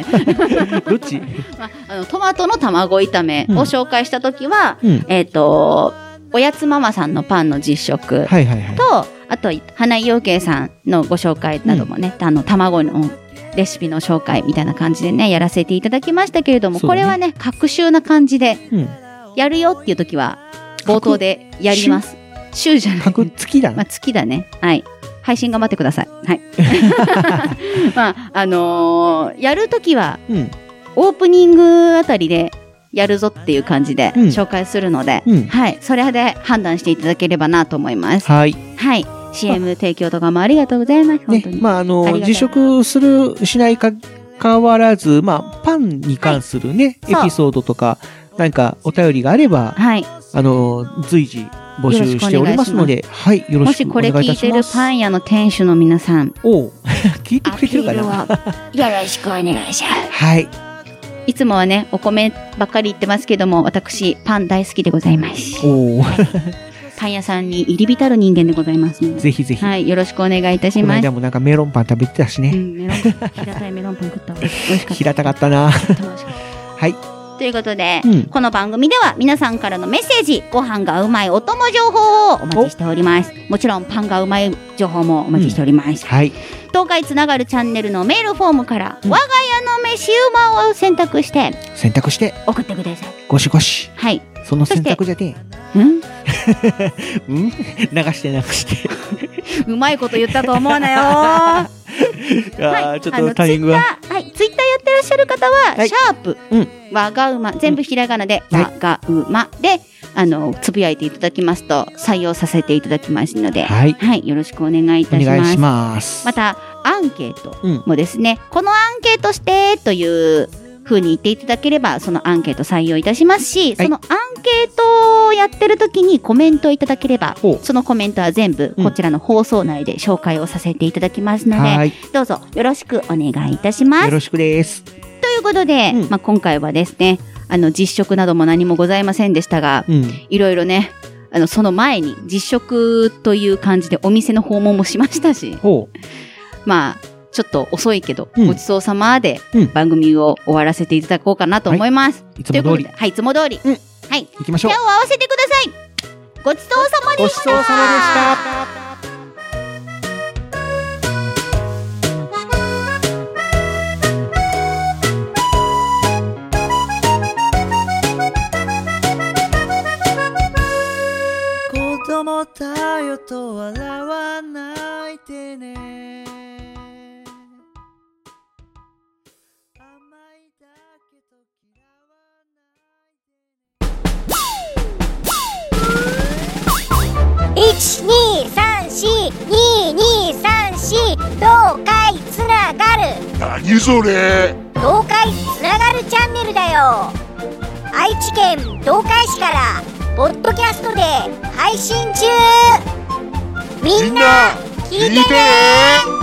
Speaker 4: め、
Speaker 3: どっち
Speaker 4: まあ、あのトマトの卵炒めを紹介したときは、
Speaker 3: うん。
Speaker 4: えっ、と、おやつママさんのパンの実食。
Speaker 3: はいはいはい。
Speaker 4: と、あと、花井陽慶さんのご紹介などもね、あの、卵のレシピの紹介みたいな感じでね、やらせていただきましたけれども、
Speaker 3: そう
Speaker 4: こ
Speaker 3: だね
Speaker 4: れはね、隔週な感じで、
Speaker 3: うん。
Speaker 4: やるよっていう時は、冒頭でやります。週じゃない。
Speaker 3: 角付きだ
Speaker 4: ま
Speaker 3: な
Speaker 4: あ、。月だね。はい。配信頑張ってください。
Speaker 3: [laughs]
Speaker 4: はい。まあ、あのーやるときは、
Speaker 3: うん。
Speaker 4: オープニングあたりで、やるぞっていう感じで
Speaker 3: うん
Speaker 4: 紹介するので、
Speaker 3: うん
Speaker 4: はい。それで判断していただければなと思います。
Speaker 3: はい。
Speaker 4: はい。CM 提供とかもありがとうございます。本
Speaker 3: ね
Speaker 4: 当に。、
Speaker 3: まあ、あ
Speaker 4: あり
Speaker 3: の、
Speaker 4: がたい
Speaker 3: 辞職する、しないか、変わらず、まあ、パンに関するね、
Speaker 4: はいそう
Speaker 3: エピソードとか、なんかお便りがあれば、
Speaker 4: はい。
Speaker 3: あの、随時募集しておりますので、はい、よろ
Speaker 4: も
Speaker 3: し
Speaker 4: し
Speaker 3: くお
Speaker 4: こ
Speaker 3: 願い
Speaker 4: れ
Speaker 3: いたし
Speaker 4: 聞
Speaker 3: ま
Speaker 4: い
Speaker 3: す。
Speaker 4: てるパン屋の店主の皆さん、
Speaker 3: おう [laughs] 聞いて
Speaker 4: ア
Speaker 3: くれ
Speaker 4: ピ
Speaker 3: てるか
Speaker 4: ール
Speaker 3: な
Speaker 4: はよろしくお願いします。
Speaker 3: はい。
Speaker 4: いつもはね、お米ばっかり言ってますけども、私、パン大好きでございます。
Speaker 3: おう
Speaker 4: パン屋さんに入り浸る人間でございますので。
Speaker 3: ぜひぜひ。
Speaker 4: はい、よろしくお願いいたし
Speaker 3: この
Speaker 4: ます
Speaker 3: 間。もなんかメロンパン食べてたし
Speaker 4: う
Speaker 3: ね。
Speaker 4: ん、メロンパン、平たいメロンパン食ったわ。美味しかった。
Speaker 3: [laughs] 平たかったな。
Speaker 4: 美味しかっ
Speaker 3: はい。
Speaker 4: たということで、
Speaker 3: うん。
Speaker 4: この番組では皆さんからのメッセージ、ご飯がうまいお供情報をお待ちしております。もちろんパンがうまい情報もお待ちしており
Speaker 3: [laughs]
Speaker 4: ます。
Speaker 3: はい。
Speaker 4: 東海つながるチャンネルのメールフォームから、
Speaker 3: うん
Speaker 4: 我が家の飯うまを選択して
Speaker 3: 選択して、
Speaker 4: 送ってください。
Speaker 3: ゴシゴシ。
Speaker 4: はい。
Speaker 3: その
Speaker 4: そし
Speaker 3: 選
Speaker 4: て
Speaker 3: 択じゃね
Speaker 4: うん
Speaker 3: え。 [laughs] うん流してなくして。
Speaker 4: うまいこと言ったと思うなよは
Speaker 3: ああ、
Speaker 4: い
Speaker 3: ちょっ
Speaker 4: あの
Speaker 3: とタイミングが。
Speaker 4: い、ツイッターやってらっしゃる方は、
Speaker 3: はい
Speaker 4: シャープ、
Speaker 3: うん
Speaker 4: わがうま、全部ひらがなで、
Speaker 3: うん
Speaker 4: わがうまで、あの、つぶやいていただきますと、採用させていただきますので、は
Speaker 3: はい。
Speaker 4: い、よろしくお願いい
Speaker 3: お
Speaker 4: たし
Speaker 3: 願
Speaker 4: ま
Speaker 3: い
Speaker 4: す。
Speaker 3: し
Speaker 4: ま
Speaker 3: ます。
Speaker 4: た、アンケート
Speaker 3: うん
Speaker 4: もですね、このアンケートしてという風に言っていただければ、そのアンケート採用いたしますし、
Speaker 3: はい
Speaker 4: そのアンケートをやってる時にコメントいただければ
Speaker 3: ほう、
Speaker 4: そのコメントは全部
Speaker 3: うん
Speaker 4: こちらの放送内で紹介をさせていただきますので、
Speaker 3: はい。
Speaker 4: どうぞよろしくお願いいたしま
Speaker 3: よ
Speaker 4: す。
Speaker 3: ろしくです。
Speaker 4: ということで、
Speaker 3: うん
Speaker 4: まあ、今回はですね、あの、実食なども何もございませんでしたが、
Speaker 3: うん。
Speaker 4: いろいろね、あの、その前に実食という感じでお店の訪問もしましたし、
Speaker 3: ほ
Speaker 4: まあ、ちょっと遅いけど、
Speaker 3: うん
Speaker 4: ごちそうさまで
Speaker 3: うん
Speaker 4: 番組を終わらせていただこうかなと思います。
Speaker 3: う。いつも
Speaker 4: という
Speaker 3: 通
Speaker 4: こと
Speaker 3: り
Speaker 4: で、。はい、いつも通り。
Speaker 3: うん行きましょう
Speaker 4: 手を。合わせてくださいごちそうさまで
Speaker 3: ご
Speaker 4: し
Speaker 3: ちそうさまでした。
Speaker 9: 子供だよと笑わないでね甘いだけど嫌わない
Speaker 5: 12342234東海つながる
Speaker 8: 何それ
Speaker 5: 東海つながるチャンネルだよ愛知県東海市からポッドキャストで配信中みんな聞いてね